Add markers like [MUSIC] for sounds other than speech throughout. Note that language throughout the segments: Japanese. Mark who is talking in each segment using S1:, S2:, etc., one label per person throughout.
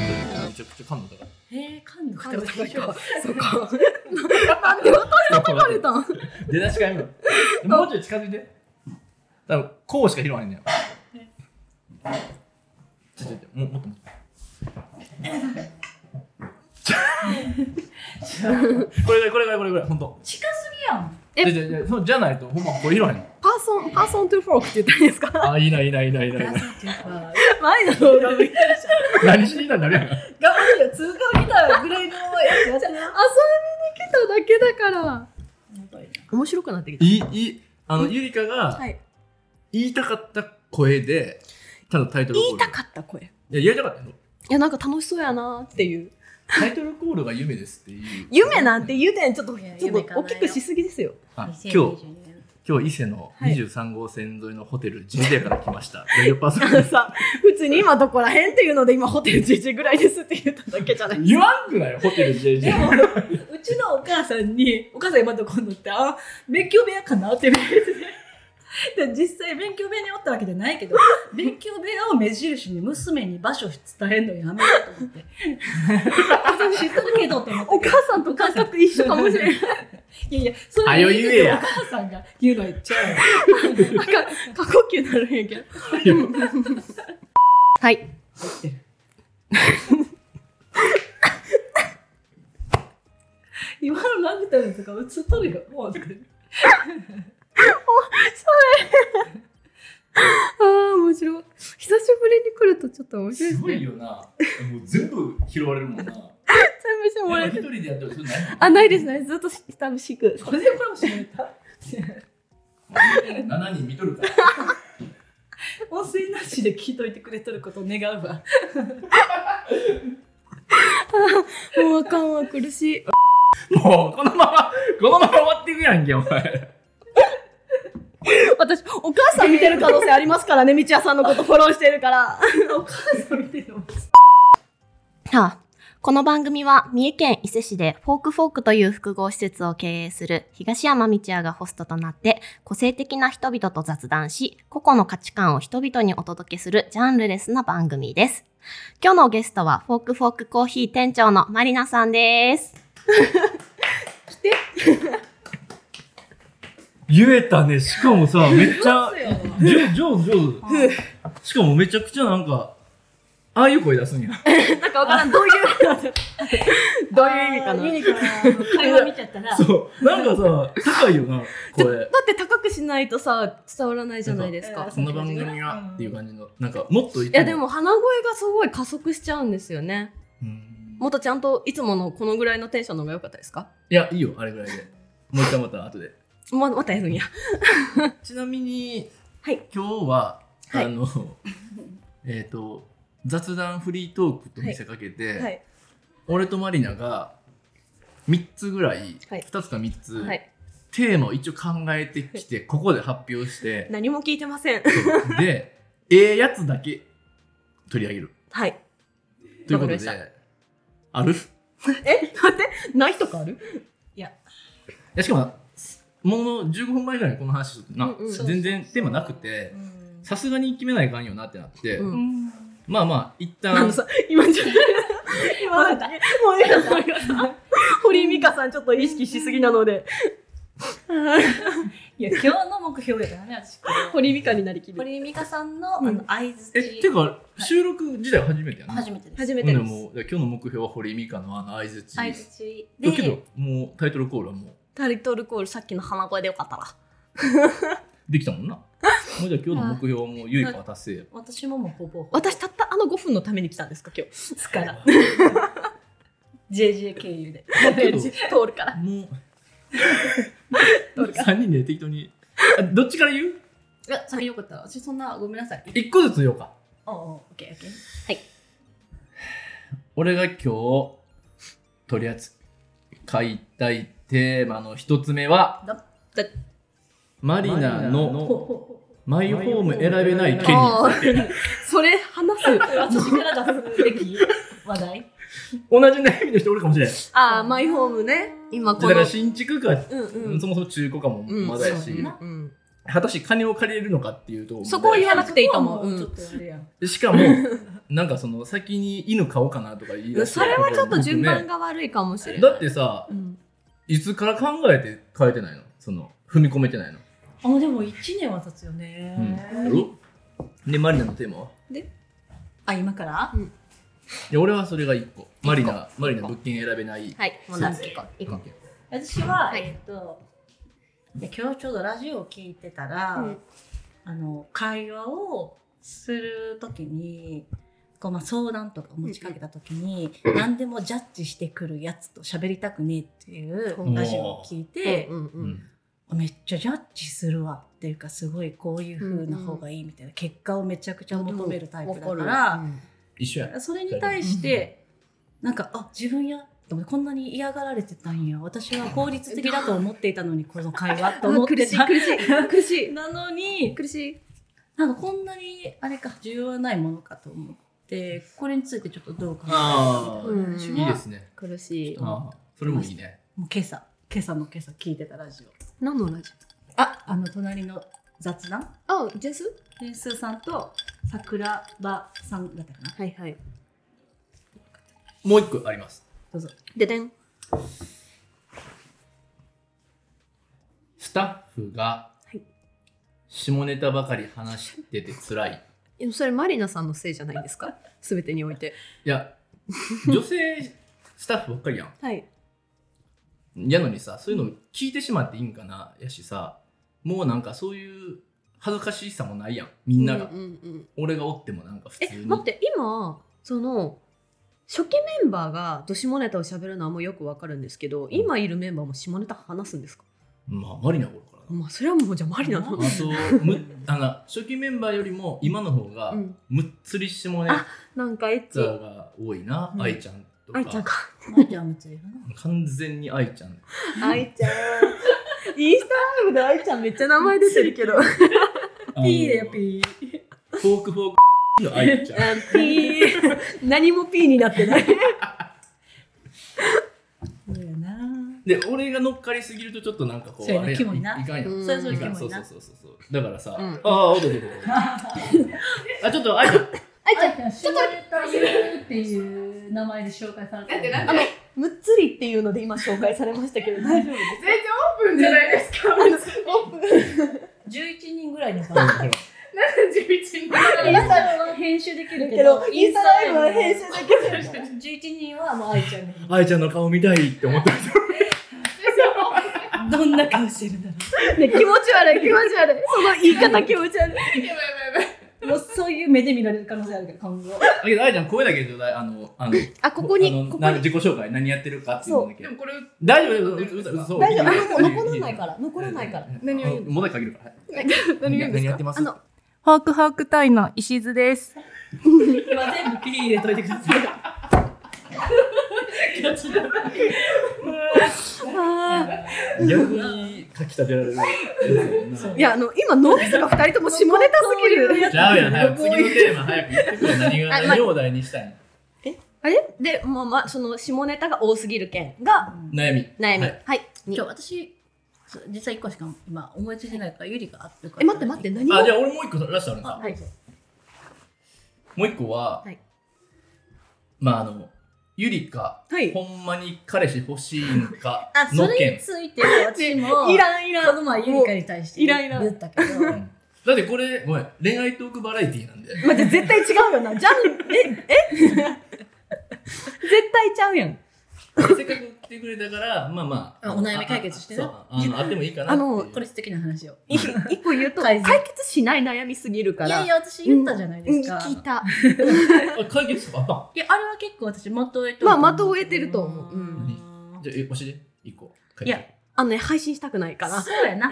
S1: くちゃ噛んだか
S2: えー、噛んだ
S3: 噛んだ
S2: でしょ
S3: かそっかなんで私
S1: ら。
S3: 食べたん
S1: 出だし
S3: [LAUGHS]
S1: から見ろ。もうちょい近づいて。多分こうしか拾わへんねん。ちょちょちょ、もうもっともっと。これこれこれこれこれ、ほんと。
S2: 近すぎやん
S3: え
S1: じゃじゃじゃそうじゃないと、ほんまこれ拾わへん。
S3: [LAUGHS] パーソンパーソントゥフォークって言ったらいいですか
S1: あ、いいな、いいな、いいな、いいな。いいな
S3: [LAUGHS] 前の動画見た
S1: 何しにいたんだね。
S2: 頑張ってよ通過来たぐらいのやつやってな
S3: 遊びに来ただけだから面白くなってきた
S1: いい、いい、あの、ゆりかが
S3: はい
S1: 言いたかった声で、ただタイトルコー
S3: 言
S1: ル。
S3: いたかった声い
S1: いや、言いたかったよ。
S3: やなんか楽しそうやなっていう
S1: タイトルコールが夢ですっていう。
S3: 夢なんて言うてんちょっと
S2: いや
S3: ちょっ
S2: 夢叶え
S3: と
S2: よ
S3: 大
S2: う
S3: きくしすぎですよ
S1: あ
S2: 2022
S1: 今日、今日伊勢の
S3: はい
S1: 23号線沿いのホテル、ジンデアから来ました。 [LAUGHS] ラジオパーソナリティ
S3: さ普通に今どこら辺っていうので今ホテル11ぐらいですって言っただけじゃない
S1: 言わんくないホテルジンデ
S2: で
S1: ア。
S2: もうちのお母さんに「お母さん今どこにおってあ勉強部屋かな?」って言われてで実際勉強部屋におったわけじゃないけど勉強部屋を目印に娘に場所伝えんのやめようと思って私知っとるけどと思って
S3: お母さんと感覚一緒かもしれない
S2: いやいやそれ
S1: はよ言えや
S2: お母さんが言うのは言っちゃうよ
S3: なんか過呼吸になるんやけどはい
S2: 今のラグタルとか映っとるよもう
S3: ああ面白い久しぶりに来るとちょっと面白いですす
S1: ごい
S3: ね
S1: よな。もう全部拾われるもんな。
S3: 全部してもらえ
S1: 一
S3: て
S1: 人でやってるそれない
S3: あないですねずっと楽しく
S2: これでこれも閉めた
S1: 7人見とるから。
S2: 音声なしで聞いといてくれとることを願うわ
S3: もうあかんわ苦しい
S1: もう、このまま、このまま終わっていくやんけ、お前。
S3: 私お母さん見てる可能性ありますからね道谷さんのことフォローしてるから
S2: お母さん見てるの
S4: はあ、この番組は三重県伊勢市でフォークフォークという複合施設を経営する東山道也がホストとなって個性的な人々と雑談し個々の価値観を人々にお届けするジャンルレスな番組です。今日のゲストはフォークフォークコーヒー店長のマリナさんです。
S1: 言えたね。しかもさ、めっちゃ
S2: そう、よ
S1: じょ上手、上手。しかもめちゃくちゃなんか、ああいう声出すんや。
S3: なんかわからんどういうどういう意味かな
S2: ユニかな会話見ちゃったら
S1: そう。なんかさ、高いよな、声。
S3: だって高くしないとさ伝わらないじゃないですか
S2: なんか
S1: こんな番組はっていう感じの、なんか、もっとい
S3: いやでも鼻声がすごい加速しちゃうんですよね
S1: うん
S3: もっとちゃんといつものこのぐらいのテンションの方が良かったですか
S1: いや、いいよ、あれぐらいで。もう一回また後で。
S3: ままたやるんや
S1: [LAUGHS] ちなみに、
S3: はい
S1: 今日は、
S3: はい
S1: あの、 [LAUGHS] えっと、雑談フリートークと見せかけて、
S3: はい
S1: 俺とマリナが3つぐらい、
S3: はい
S1: 2つか3つ、
S3: はい
S1: テーマを一応考えてきて、ここで発表
S3: [LAUGHS]
S1: して、
S3: 何も聞いてません
S1: で、ええやつだけ取り上げる。
S3: はい
S1: ということ
S3: わかりま
S1: で、ある
S3: え待ってないとかある
S1: いやしかもものの15分前ぐらいにこの話しとってな、
S3: うんうん
S1: 全然テーマなくて
S2: うん
S1: さすがに決めないかんよなってなって、
S3: うん
S2: うん
S1: まあまあ一
S3: あ
S1: 旦
S3: のさ今ちょっと今
S2: わか
S3: も
S2: っ
S3: う
S2: た
S3: 今堀井美香さんちょっと意識しすぎなので
S2: いや今日の目標やからね私
S3: 堀井美香になりきる
S2: 堀井美香さんのあ
S3: うん
S2: の相づ
S1: えっていうか収録自体初めてやな、
S2: 初めてです
S3: 初め
S1: ほん
S3: て
S1: で
S3: です
S1: もうだから今日の目標は堀井美香のあの相づち
S2: 相づち
S1: だ
S2: で
S1: けどもうタイトルコールはもう
S3: タイトルコールさっきの鼻声でよかったら
S1: できたもんなもうじゃあ今日の目標はもうゆいかは達成や
S2: 私ももうほぼほぼ
S3: 私たったあの5分のために来たんですか今日
S2: つから
S1: [LAUGHS]
S2: JJ 経由で
S1: け
S2: [LAUGHS]
S1: ど
S3: 通るから
S1: もう
S3: どうです
S1: 3人で適当にあどっちから言う
S2: いやそれよかった私そんなごめんなさい
S1: 一個ずつ言おうか
S2: おうおうオッケーオッケー
S1: 俺が今日取り扱いたいテーマの一つ目は
S2: だ
S1: マリナ
S2: ほう
S1: の
S2: ほうほ
S1: マイホーム選べない権
S3: あ
S1: 利
S3: ー [LAUGHS] それ話す
S2: う [LAUGHS] 私から出すべき話題
S1: 同じ悩みの人おるかも
S3: [LAUGHS]
S1: しれない
S3: ああマイホームね今
S1: だ
S3: こ
S1: か
S3: の
S1: ら新築か、
S3: うんうん
S1: そもそも中古かも
S3: うん
S1: まだやし、
S2: そうやな
S3: うん
S1: 果たして金を借りれるのかっていうところ
S3: そこを言わなくていいと
S2: そ
S3: 思う
S2: こはもちょっとあれやん
S1: でしかもなんかその先に犬買おうかなとか言い出して
S3: それはちょっと順番
S1: が、
S3: が悪いかもしれ
S1: だ
S3: ない。
S1: ってさ
S3: うん
S1: いつから考えて変えてないのその踏み込めてないの
S2: あでも1年は経つよね、
S1: うんやろでマリナのテーマは
S2: あ今から
S1: いや俺はそれが1個マリナマリナ物件選べない、
S3: はい、もう何個か。一個。
S2: 私は、
S3: はい
S2: えっとで今日ちょうどラジオを聞いてたら、
S3: うん
S2: あの会話をするときにこう、まあ、相談とか持ちかけたときに、何でもジャッジしてくるやつと喋りたくねえっていうラジオを聞いて
S3: う、ん
S1: う
S3: うんん
S2: めっちゃジャッジするわっていうかすごいこういう風な方がいいみたいな、結果をめちゃくちゃ求めるタイプだから。
S3: うん
S1: 一緒やん
S2: それに対して、なんかあ自分やと思ってこんなに嫌がられてたんや私は効率的だと思っていたのにこの会話と思っ
S4: 苦
S2: て
S4: しい
S2: た
S4: 苦しい
S3: [LAUGHS]
S4: 苦しい
S2: なのに
S4: 苦しい
S2: [LAUGHS] なんかこんなにあれか重要はないものかと思ってこれについてちょっとどうか
S1: ああ、
S3: うん
S1: いいですね
S3: 苦しい。
S1: ああそれもいいね
S2: もう今朝今朝の今朝聞いてたラジオ
S3: 何のラジ
S2: ああの隣の雑談
S3: オあ、ジェス
S2: ジェンスーさんと桜庭さんだったかな
S3: はいはい。
S1: もう1個あります
S2: どうぞ
S3: ででん。
S1: スタッフが
S3: はい
S1: 下ネタばかり話してて辛い、
S3: [LAUGHS]
S1: い、
S3: いやそれマリナさんのせいじゃないんですかすべてにおいて。
S1: や女性スタッフばっかりや
S3: はい。
S1: んやのにさそういうの聞いてしまっていいんかなやしさもうなんかそういう恥ずかしさもないやんみんなが、
S3: うんうんうん、
S1: 俺がおってもなんか普
S3: え
S1: 通、に
S3: 待って、今、その、初期メンバーがど下ネタを喋るのはもうよくわかるんですけど、今いるメンバーも下ネタ話すんですか
S1: まあマリナ頃からな
S3: まあ、それはもうじゃあマリナなの
S1: あそうむ [LAUGHS] あの初期メンバーよりも今の方が
S3: うん
S1: むっつり下ネ
S3: なんかエッチ
S1: タ。が多いな、
S3: うん
S1: 愛ちゃんとか
S3: 愛ちゃんか。
S2: まいちゃんむつりな
S1: 完全に愛ちゃん
S3: 愛ちゃん。インスタライブで愛ちゃんめっちゃ名前出てるけど。
S2: ピーだよ
S1: ー
S2: ピー
S1: フォークフォークの愛
S3: [LAUGHS]
S1: ちゃん
S3: あ P 何も P になってない。
S2: そうやな
S1: で俺が乗っかりすぎるとちょっとなんかこう
S2: そうや
S1: あ
S2: な
S1: れやん
S2: キモいない
S1: かんやん
S3: うん
S2: それはそれ
S1: い
S2: キ
S1: かん
S2: モ
S1: そ
S2: いう
S1: そ
S2: な
S1: うそうそうそうだからさ、
S3: うん
S1: ああおどおどおどおどあちょっと愛ちゃん
S2: あいちゃん、シュレ [LAUGHS] タユーっていう名前で紹介されてる。
S5: だってなん
S3: あの、むっつりっていうので今紹介されましたけど、大丈夫です
S5: 全然オープンじゃないですか。なんで
S2: 11人ぐらいの
S1: うん
S2: 番
S1: ほら
S5: 11人
S2: 組。インスタは編集できるけ
S3: けど
S2: ど、、
S3: インスタライブは編集できる。
S2: 集。11人はもう愛ちゃん
S1: 愛ちゃんの顔見たいって思った
S2: が。どんな顔してるんだろ
S4: ね気持ち悪い気持ち悪いその言い方気持ち悪い
S5: やばいやばいやばい。
S2: う。もうそういう目で見られる可能性あるから、今後。
S1: だけど愛ちゃん声だけちょうだいあのあの
S4: あここに
S1: あの
S4: ここ
S1: な
S4: に
S1: 自己紹介何やってるかっていうのだけ
S5: でもこれ
S1: 大丈夫うううそう
S3: 大丈夫、あ
S1: いい
S3: の、もう
S1: よ
S3: 残らないから、残らないから。
S1: 何
S5: 何
S1: を
S5: を言
S1: 言う
S5: う
S1: もだけかけるから
S4: 何言うんですか
S1: 何やってます
S4: あのフォークフォークタイの石津です
S2: 今全部ピー入れといてください。
S4: あ
S1: 逆に書き立てられるやつやん
S4: いやあの今脳みそが二人とも下ネタすぎ
S1: [LAUGHS]
S4: る
S1: なちゃうやん早く次のテーマ早く言ってくれ何が
S3: あま
S1: 何をお題にしたいの
S3: あれで、まあまあ、その下ネタが多すぎる件が
S1: 悩み
S3: 悩み。
S1: は
S3: はいい。
S2: 今日私、そう実際1個しか今思いついてないから、ゆりがあってるから。
S3: え、待って待って、何
S1: あ
S3: が
S1: じゃあ俺もう一個ラストあるん
S2: あ
S1: さ
S2: はい。
S1: もう一個は、
S3: はい
S1: まああのゆりか、
S4: はい
S1: ほんまに彼氏欲しいんか
S2: [LAUGHS] あ、そ
S1: の
S2: れに
S1: 件
S2: [LAUGHS] ついて私も、
S4: いらんいら
S2: こ
S4: ん
S2: の前ゆりかに対して
S4: いらんいらん
S2: 言ったけど、
S1: うんだってこれごめん恋愛トークバラエティーなんで
S4: 待って絶対違うよなジャンルええ
S3: [LAUGHS]
S4: 絶対ちゃうやん
S1: せっかく来てくれたからまあまあ
S2: あお悩み解決してね
S1: そうあのあってもいいかな
S3: あの
S1: っていう
S2: これ素敵な話を。
S3: い一個言うと、
S2: 改
S3: 解
S2: 善
S3: 決しない悩みすぎるか
S2: い
S3: ら。
S2: やいや、私言ったじゃない
S3: うん、
S2: ですか。
S3: 聞いた。
S1: あ解決策あったん
S2: いや、あれは結構私、まとえて
S3: まあまとえてると思ううん
S1: じゃあえ教えて一個
S2: いや
S3: あのね、配信したくないか
S2: かな。
S3: ら。
S2: そう
S3: [LAUGHS]
S2: やな。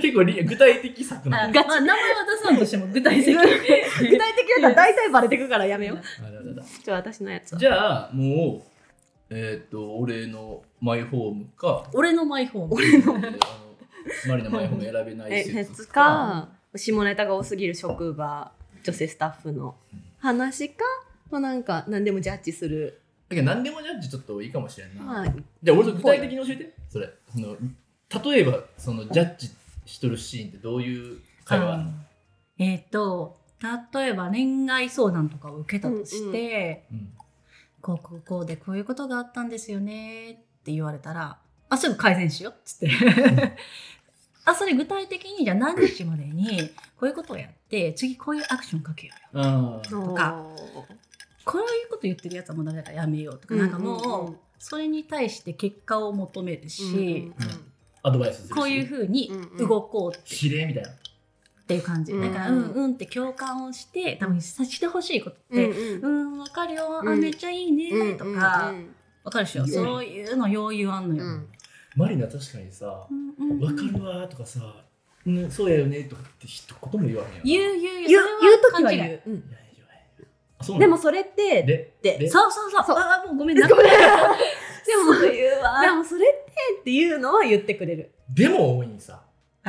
S1: 結構り具体的策な
S2: あ
S1: んだ
S2: まあ、名前は出さんとしても具体的に。
S3: [LAUGHS] 具体的だったら大体バレてくからや [LAUGHS] めよう。
S1: あだだだ
S3: じゃあ私のやつは。
S1: じゃあもうえーっと俺のマイホーム
S2: [LAUGHS]
S1: か
S2: 俺のマイホーム。
S1: 俺のマリナマイホーム選べない
S3: え、
S1: 施
S3: 鉄
S1: 設
S3: か、下ネタが多すぎる職場、女性スタッフの話か、まあなんか何でもジャッジする。
S1: だけど何でもジャッジちょっといいかもしれんな、
S3: まあ、
S1: じゃあ俺と具体的に教えてそれその例えばそのジャッジしとるシーンってどういう会話あんの
S2: えっと、例えば恋愛相談とかを受けたとして、
S1: うん
S2: こうこうこうでこういうことがあったんですよねって言われたらあすぐ改善しようっつって [LAUGHS] あそれ具体的にじゃあ何日までにこういうことをやって次こういうアクションかけようよ
S1: あー
S2: と
S3: と
S2: かこういうこと言ってるやつはもうダメだからやめようとか、なんかもうそれに対して結果を求めるし、
S1: アドバイスするし
S2: こういうふうに
S3: うん
S2: 動こうって
S1: 指令みたいな
S2: っていう感じ、
S3: うん
S2: だからうんうんって共感をして多分さしてほしいことって、うん、わかるよ、
S3: うん
S2: あ、めっちゃいいね、とか、わかるでしょ、
S1: うん
S2: そういうの余裕あんのよ。
S1: マリナ確かにさ
S2: うん
S1: 「
S2: うん
S1: わかるわ」とかさ「うんそうやよね」とかって一言も言わへんやん
S2: 言う、言う、
S6: 言う
S2: それ
S6: 時は
S2: 勘違い
S6: 言う、うん
S1: いやいやいやあそう
S6: で
S1: な
S6: も
S1: の
S6: それって
S1: で
S6: で
S1: で
S2: そうそうそう。
S6: そう
S2: ああ、もうごめんな。
S6: ごめん
S2: も、そういうわ
S6: でもそれってっていうのは言ってくれる
S1: でも多いんさ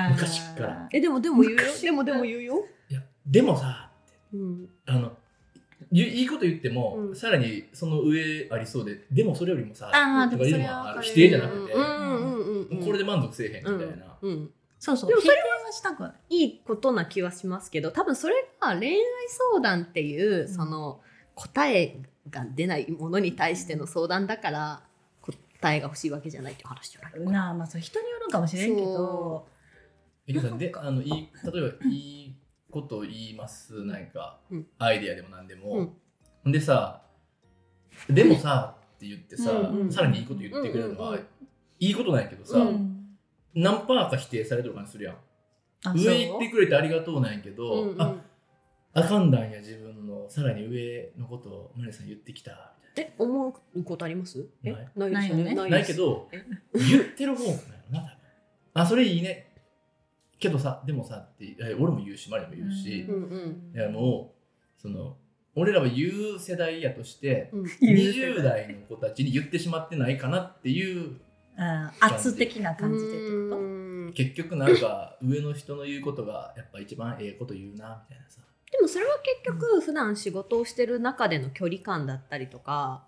S1: 昔っから
S2: あー
S6: えでもでも言うよでもでも言うよ、
S1: 「いやでもさ
S6: うん、」
S1: あのゆいいこと言っても、
S6: うん
S1: さらにその上ありそうででもそれよりもさ
S2: あー
S1: と
S2: で
S1: かいうの
S2: もそれ
S1: も
S2: は
S1: あ
S2: わか
S1: る
S2: る
S1: 否定じゃなくて、
S3: うん
S1: も
S3: うんうんうん
S1: うこれで満足せえへんみたいな、
S3: うんうん
S2: そうそう。
S6: でもそれ
S2: 否定はしたくない。
S3: いいことな気はしますけど多分それが恋愛相談っていうその答えが出ないものに対しての相談だから答えが欲しいわけじゃないっていう話じゃない
S2: なあ、まあ、そう人によるんかもしれんけど
S3: そ、
S1: えきこさんであのいい例えばいいこと言いますなんか、
S3: うん
S1: アイディアでも何でも、ほん、でさ「でもさ」って言ってさ、
S3: うんうん
S1: さらにいいこと言ってくれるのは、
S3: うんうんうん
S1: いいことなんやけどさ、
S2: うん
S1: 何パーか否定されてる感じするやん
S2: あそう
S1: 上行ってくれてありがとうなんやけど、
S3: うんうん
S1: ああかんだんや自分のさらに上のことをマリさん言ってきたみ
S3: え思うことありますえ
S1: ない
S3: ない
S2: ないよね
S1: たいなないけど言ってる方なんやろな多分あそれいいねけどさでもさっていや俺も言うしマリも言うし
S3: う、んうん
S1: いやもうその俺らは言う世代やとして
S2: [LAUGHS]
S3: うん
S1: 20代の子たちに言ってしまってないかなっていう
S2: あー圧的な感じでって
S3: う
S2: こ
S3: ん
S1: 結局なんか上の人の言うことがやっぱ一番ええこと言うなみたいな [LAUGHS] さ
S3: でもそれは結局普段仕事をしてる中での距離感だったりとか、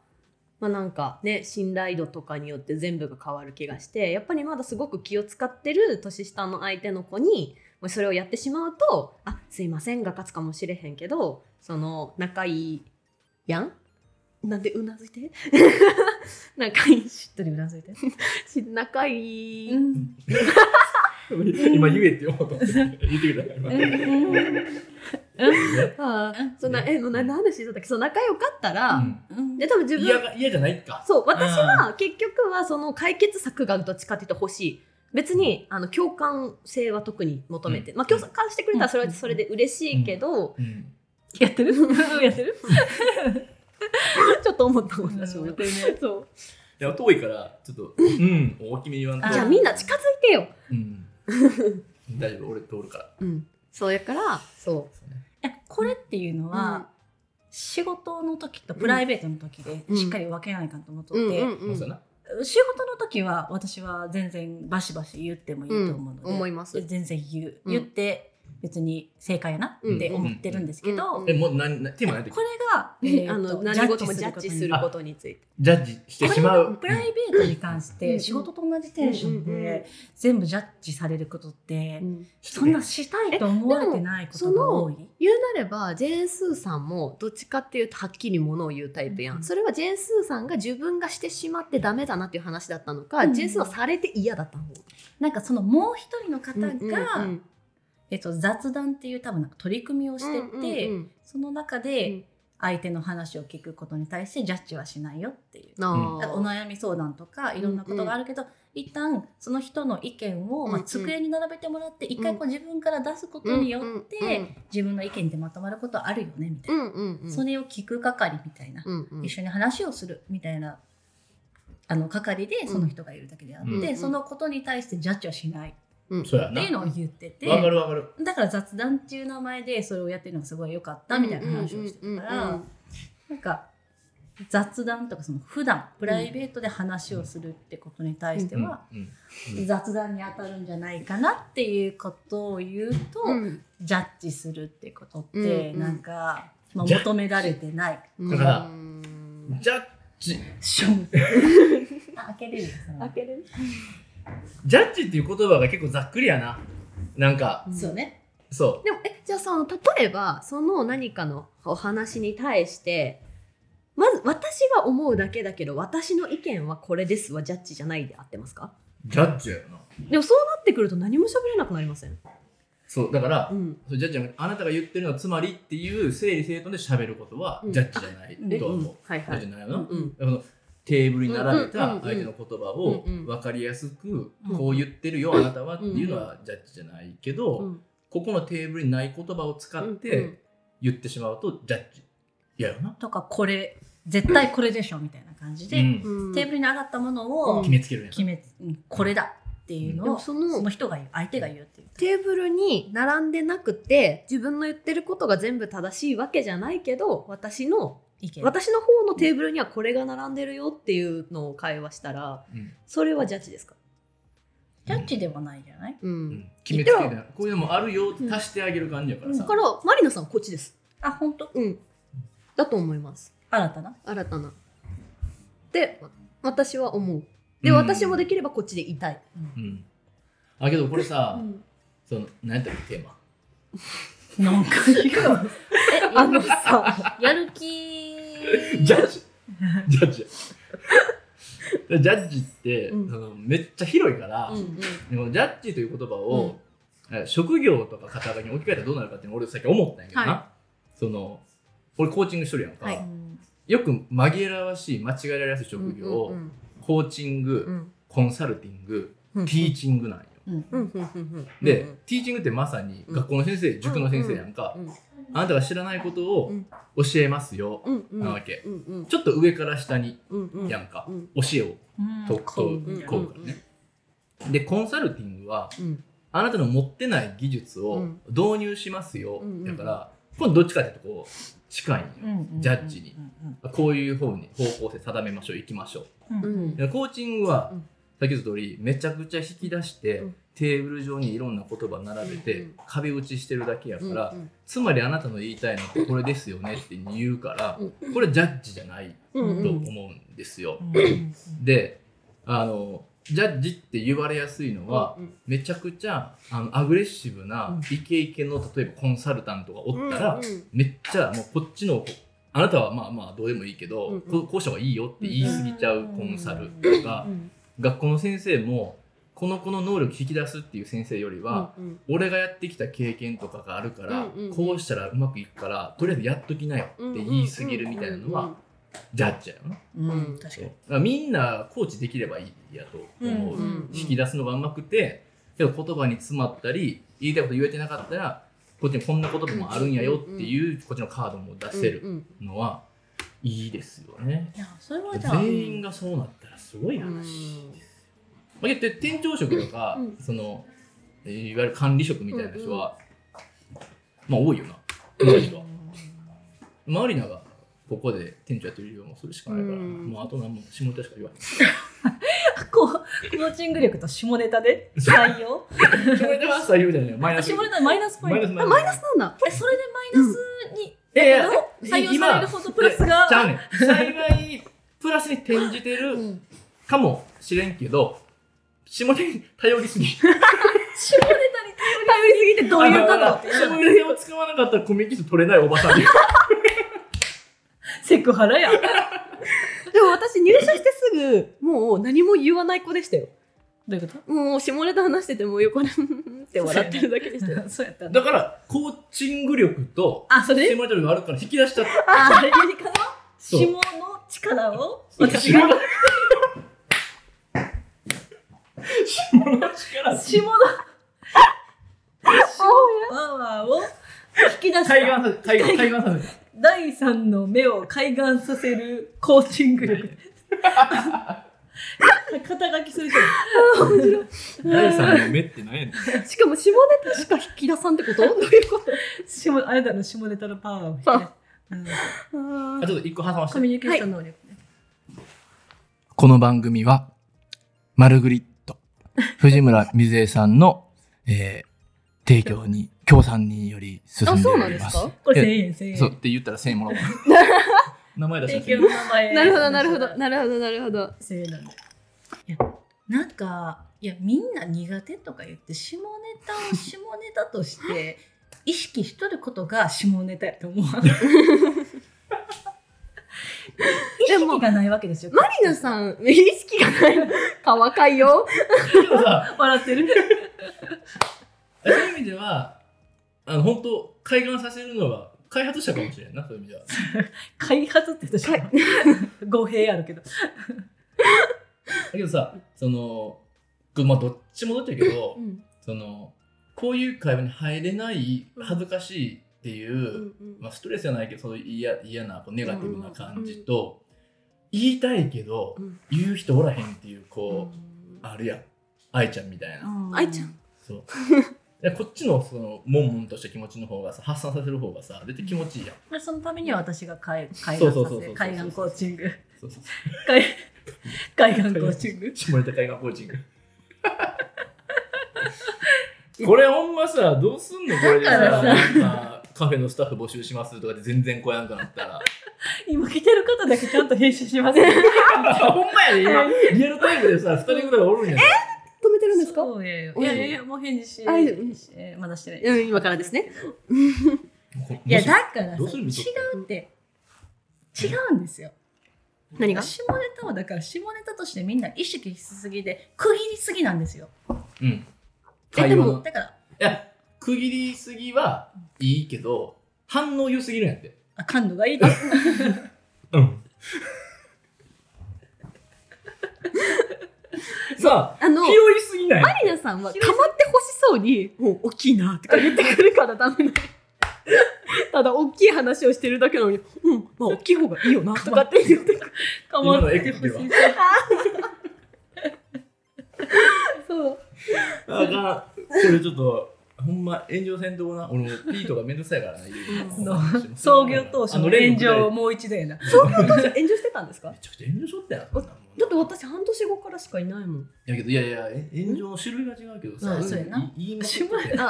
S3: まあなんかね信頼度とかによって全部が変わる気がしてやっぱりまだすごく気を使ってる年下の相手の子にもしそれをやってしまうと「あすいません」が勝つかもしれへんけどその仲いいやんなんでうなずいて [LAUGHS] 仲いいし
S2: と。一人うなずいて。
S3: [LAUGHS] 仲いい、
S2: うん
S1: 今言えって思うと思って言ってくれた今
S3: あ
S2: うん
S3: ーそんなえもうな何の話だったっけそう仲良かったら、
S1: [LAUGHS] うん
S2: うん
S3: で多分自分
S1: 嫌が嫌じゃないか
S3: そう私は結局はその解決策がどっちかっていうと欲しい別にあの共感性は特に求めて、まあ、共感してくれたらそれはそれで嬉しいけど、
S1: うん
S3: やってるやってるちょっと思ったもん私も、そう
S1: いや遠いからちょっとうん大きめに言わんと
S2: あ
S3: じゃあみんな近づいてよ、
S1: うん大丈夫俺通るから
S3: うん、そうやからそ
S2: いやこれっていうの
S3: うん
S2: は、仕事の時とプライベートの時で
S3: うん
S2: しっかり分けないかんと思っとっ
S3: う、
S2: て、
S1: そうそうやな
S2: 仕事の時は私は全然バシバシ言ってもいいと思うので、
S3: うん思います
S2: 全然言う
S3: うん
S2: 言って別に正解やなって思ってるんですけど、
S3: うんうんうん
S1: えもう何何テーマ何て
S2: これが、
S3: [LAUGHS]
S2: え
S3: うん
S2: ー
S3: あ
S2: と
S3: の何事もジャッジする
S2: こ
S3: ことについて
S1: ジャッジしてしま
S2: とに
S1: う
S2: プライベートに関し
S3: うんう
S2: て
S3: ん
S2: 仕事と同じテンション
S3: うんうんうん
S2: で全部ジャッジされることって
S3: うん
S2: そんなしたいと思われてないことが多い。
S3: 言うなればジェーン・スーさんもどっちかっていうとはっきりものを言うタイプやん、
S2: うん
S3: それはジェーン・スーさんが自分がしてしまってダメだなっていう話だったのか、
S2: うん
S3: ジェーン・スーはされて嫌だったの
S2: なんかそのもう一人の方が、
S3: うんうん
S2: えっと、雑談っていう多分なんか取り組みをしてて、
S3: うんうん
S2: その中
S3: う
S2: で
S3: ん
S2: 相手の話を聞くことに対してジャッジはしないよっていう。
S3: あ
S2: だからお
S3: ー
S2: 悩み相談とかいろんなことがあるけど、一旦その人の意見を、
S3: うん
S2: ま
S3: う
S2: あ、
S3: ん
S2: 机に並べてもらって一回こう自分から出すことによって、自分の意見でまとまることあるよねみた
S3: う
S2: い
S3: ん
S2: な、
S3: うんうん
S2: それを聞く係みたいな、
S3: うんうん
S2: 一緒に話をするみたいなあの係でその人がいるだけであって、
S1: うん
S3: うん
S2: そのことに対してジャッジはしないっ
S1: そうや
S2: て
S1: な
S2: いうのを言ってて。
S1: わかるわかる
S2: だから雑談っていう名前でそれをやってるのがすごい良かったみたいな話をしてたから、
S3: うんうんうんうん
S2: なんか雑談とかその普段プライベートで話をするってことに対しては
S1: うんうん
S2: 雑談に当たるんじゃないかなっていうことを言うと、
S3: うん
S2: ジャッジするってことっ
S3: うん
S2: て
S3: うん
S2: なんか、まあ、
S1: ジャッジ
S2: 求められてない。
S3: うん
S1: だから
S3: うん
S1: ジャッジ
S2: ショ
S1: [LAUGHS]
S2: ンあ開けれるよそれは
S1: ジャッジっていう言葉が結構ざっくりやななんか
S2: そうね。
S1: そ
S3: でもえじゃあその例えばその何かのお話に対してまず私は思うだけだけど私の意見はこれですはジャッジじゃないで合ってますか
S1: うジャッジやよな
S3: でもそうなってくると何も喋れなくなりません、
S1: そうだから、
S3: うん、
S1: そうジャッジじゃなくてあなたが言ってるのはつまりっていう整理整頓で喋ることは
S3: うん
S1: ジャッジじゃない
S3: え
S1: とは
S3: うん
S1: 思う、
S3: はい
S1: ジャ
S3: は
S1: ッジ
S3: い
S1: じゃないよな、
S3: うんうん
S1: そのテーブルに並べ
S3: うんうんうんう
S1: た
S3: ん
S1: 相手の言葉を
S3: うんうん
S1: 分かりやすく
S3: うん
S1: こう言ってるよあなたはっていうのはジャッジじゃないけ
S3: う
S1: ど
S3: ん
S1: ここのテーブルにない言葉を使っ
S3: うんう
S1: て
S3: ん
S1: 言ってしまうとジャッジやよな
S2: とかこれ絶対これでしょみたいな感じで、
S1: うん
S3: うん
S2: テーブルに上がったもの
S3: う
S2: を
S3: ん
S1: 決めつけるや
S2: 決め、うんこれだっていう
S3: で
S2: の
S3: も
S2: をそ
S3: その
S2: の人が言う相手が言うっていう。
S3: テーブルに並んでなくて自分の言ってることが全部正しいわけじゃないけど私の
S2: 意見
S3: 私の方のテーブルにはこれが並んでるよっていうのを会話したら
S1: うん
S3: それはジャッジですか、
S2: ジャッジではないじゃない
S3: うん
S1: うん決めつけるやこういうのもあるよって足してあげる感じやから
S3: だ
S1: さ
S3: からマリナさんこっちです
S2: あ本当
S3: うんだと思います
S2: 新たな
S3: 新たなで私は思うで、
S1: うん
S3: 私もできればこっちでいたい、
S1: うんあけどこれさ
S3: ん、
S1: その何やったっけテーマ
S2: なんか
S3: えあのさやる気
S1: ジャッジジャッジやジャッジって
S3: うん
S1: そのめっちゃ広いから
S3: うんうん
S1: でもジャッジという言葉を、え職業とか肩書きに置き換えたらどうなるかっていうのを俺さっき思ったんやけどな、その俺コーチングしとるやんか、
S3: [LAUGHS] はい
S1: よく紛らわしい間違えられやすい職業を、
S3: うん
S1: コーチング、
S3: うん
S1: コンサルティング、
S3: うん
S1: ティーチングなんよ。
S3: うんうんうんうんうん
S1: で、ティーチングってまさに
S3: うん
S1: 学校の先生、塾の先生やんか、
S3: うん
S1: あなたが知らないことを
S3: うん
S1: 教えますよ、
S3: うんうん
S1: なわけ
S3: うんうん
S1: ちょっと上から下に
S3: うんうん
S1: やんか、
S3: うん
S1: 教えをとと
S2: うん
S3: うん
S1: こうからね。でコンサルティングは
S3: うん
S1: あなたの持ってない技術
S3: う
S1: を
S3: ん
S1: 導入しますよ、
S3: うんうん
S1: だから今度どっちかっていうとこう近いんよ、ジャッジにこういう方に方向性定めましょう行きましょ
S2: うん
S3: う
S2: うん
S3: ん
S1: うコーチングは、
S3: うん
S1: 先ほど言った通りめちゃくちゃ引き出して、
S3: うん
S1: テーブル上にいろんな言葉並べて、
S3: うんうん
S1: 壁打ちしてるだけやか
S3: うん
S1: ら、つまりあなたの言いたいのはこれですよねって言うから、
S3: う
S1: これジャッジじゃない
S3: うんうん
S1: と思うんですよ、
S2: うんうん
S1: であのジャッジって言われやすいのは、
S3: うん
S1: めちゃくちゃあのアグレッシブなイケイケの例えばコンサルタントがおったら、
S3: うんうん
S1: めっちゃもうこっちのあなたはまあまあどうでもいいけど、
S3: うんうん
S1: こうこうした方がいいよって言い過ぎちゃうコンサルとか、
S3: うん
S1: 学校の先生もこの子の能力引き出すっていう先生よりは、
S3: うん
S1: 俺がやってきた経験とかがあるから、
S3: うんうん
S1: こうしたらうまくいくからとりあえずやっときなよ
S3: うん
S1: って言い過ぎるみたいなのはジャッジやよな。
S2: うん
S3: うん
S2: うん確か
S1: そうだ
S2: に
S1: からみんなコーチできればいいやと思う、
S2: うんうん
S1: 引き出すのがうまくてけど言葉に詰まったり言いたいこと言えてなかったらこっちにこんな言葉もあるんやよっていうこっちのカードも出せる
S3: うん
S1: のはいいですよね。
S2: いやそれはじゃあ
S1: 全員がそうなったらすごい
S3: うんうん
S1: 話。まあ、で店長職とか、
S3: うん
S1: そのえーいわゆる管理職みたいな人は、まあ多いよな多い人は。マリナがここで店長やってるようもそれしかないから、
S3: うん
S1: もうあと何も下ネタしか言わない。
S2: こうコーチング力と下ネタで採用
S1: 下ネタは採用じゃないよマイナス。
S2: 下ネタマイナスポイ
S1: マイ
S2: ン
S1: ナ
S2: ト
S1: ス
S3: あマイナスなんだ
S2: えそれでマイナスに
S1: いやいや
S2: 採用されるほどプラス
S1: ちゃう
S2: が
S1: ねん幸いプラスに転じて
S3: う
S1: る
S3: ん
S1: かもしれんけど下ネタに頼りすぎ
S2: 下ネタに
S3: 頼りすぎてどういうこ
S1: あのだから下ネタを使わなかったらコミュニケーション取れないおばさんで
S2: セクハラやど
S3: とでも私入社してすぐもう何も言わない子でしたよ
S2: ういうこ
S3: もう下ネタ話してても横でって笑ってるだけでしたよ
S2: とそうやったんだ
S1: だからコーチング力と
S2: あ
S1: 下
S2: それ
S1: ネタ力があるから引き出しちゃった
S2: あアメリカの
S1: そう
S2: 下の力を
S1: 私 [LAUGHS] が下の力
S2: 下のパワーを引き出し
S1: 海
S2: た
S1: 岸海岸海岸さん
S2: 第三の目を開眼させるコーチング力肩書きするじゃ
S1: 第三の目って何やねん
S3: しかも下ネタしか引き出さんってことどういうこと
S2: ん下あなたの下ネタのパワーを引き出しうん
S1: あちょっと一個挟まして
S2: コミュニケーション能力ね
S1: この番組は、マルグリット、藤村瑞恵さんの、えー提供に、協賛により進んでおります。
S3: あそうなんですか
S2: これ
S1: え
S2: 千円千円
S1: そうって言ったら1000円もらおうかな。名前出し
S2: 提
S1: なくていい
S2: 供の名
S4: [LAUGHS]
S2: 前
S3: なるほどなるほどなるほどなるほど
S2: 千円なんでいやな
S1: [LAUGHS]
S2: んかいやみんな苦手とか言って下ネタを下ネタとして意識しとることが下ネタやと思う意識がないわけですよ
S3: マリナさん、意識がない。か若いよ。
S1: でもさ、
S2: 笑ってる
S1: そういう意味では、あの、本当開眼させるのは、開発者かもしれんな、そういう意味では。
S2: 開発って言ったら
S1: [LAUGHS]
S2: 語弊あるけど
S1: だけどさ、その、こまあ、どっちもどっちだけど、その、こういう会話に入れない、恥ずかしいっていう、まあ、ストレスじゃないけど、そういう嫌嫌なこうネガティブな感じと、言いたいけど、
S3: うん
S1: 言う人おらへんっていう、こう、あるやん。愛ちゃんみたいな。
S3: 愛ちゃん
S1: そう。でこっちの、その、もんもんとした気持ちの方がさ、発散させる方がさ、絶対気持ちいいやん。
S2: まあそのためには私が海岸さ
S1: そうそうそうそうそ
S2: せ
S1: う
S2: 海岸コーチング
S1: そうそうそう。
S2: 海 [LAUGHS] 海岸コーチング
S1: 下ネタ海岸コーチ [LAUGHS] ング。これほんまさ、どうすんのこれでさ、
S2: だから
S1: なんかカフェのスタッフ募集しますとかで全然来やんくなったら。
S2: 今来てる方だけちゃんと編集します
S1: あ、ほんまやで、今、リアルタイムでさ、2人ぐらいおるんやん。
S3: 止めてるんですか
S2: そうえいやいやいやもう返事し、
S3: あいいようん
S2: えーまだしてない
S3: うん、今からですね。
S2: いやだからさ
S1: どうする
S2: 違
S1: みそ
S2: うって違うんですよ
S3: 何が
S2: 下ネタはだから下ネタとしてみんな意識しすぎで区切りすぎなんですよ
S1: うん。
S3: え
S1: 会
S3: で
S1: 話
S3: も
S1: の
S2: だから
S1: いや、区切りすぎはいいけど、反応良すぎるんやって。
S2: あ感度がいいと
S1: うん。さあ、
S3: あの、
S1: 気
S3: マ
S1: 負いすぎない
S3: リナさんは構ってほしそうに、もう大きいなとか言ってくるからダメなの。ただ大きい話をしてるだけなのに、うん、まあ大きい方がいいよなとかって言ってくる。
S2: か
S1: 今の
S2: って
S1: エクスでは
S3: そう。
S1: あかん。これちょっと、ほんま炎上せんとこな。俺もピーとかめんどくさいからね。
S2: [LAUGHS] の創業当初の炎上を
S1: め
S2: もう一度やな
S3: 創業当初炎上してたんですか
S1: ちゃくちゃ炎上しとったやん。そんなもん
S3: だって私半年後からしかいないもん。
S1: いやけど、いやいや、え炎上の種類が違うけど
S2: う
S1: さ、
S2: んそうやな
S1: 言いま
S2: 下ネ
S1: じゃ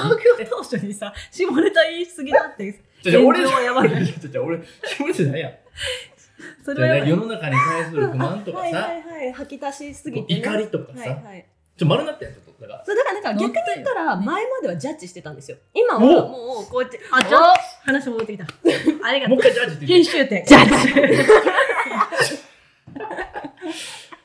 S3: あ、
S2: 創業当初にさ下ネタ言いすぎだって
S1: じゃ [LAUGHS] 俺
S2: 炎上はやばい
S1: いやじゃじゃ俺、下ネタじゃないやん。
S2: そ
S1: じゃ
S2: れはや
S1: あ
S2: ば
S1: ね世
S2: い
S1: の中に対する不満とか
S3: はいは
S1: さ、
S3: いはい、吐き出しすぎ
S1: こう
S3: て、ね。
S1: 怒りとか
S3: はい
S1: さ、
S3: はい。
S1: ちょ、丸なってやん、ちょっと。だから、
S3: そうだからなんか逆に言った
S2: 乗
S3: ら
S2: ってよ
S3: 前まではジャッジしてたんですよ。今は
S1: お
S3: もうこうやって
S2: あじゃあ話戻ってきたありがと
S1: もう
S2: う
S1: 一回ジャッジって言
S2: 編
S1: って。
S2: 集点
S3: ジャッジ。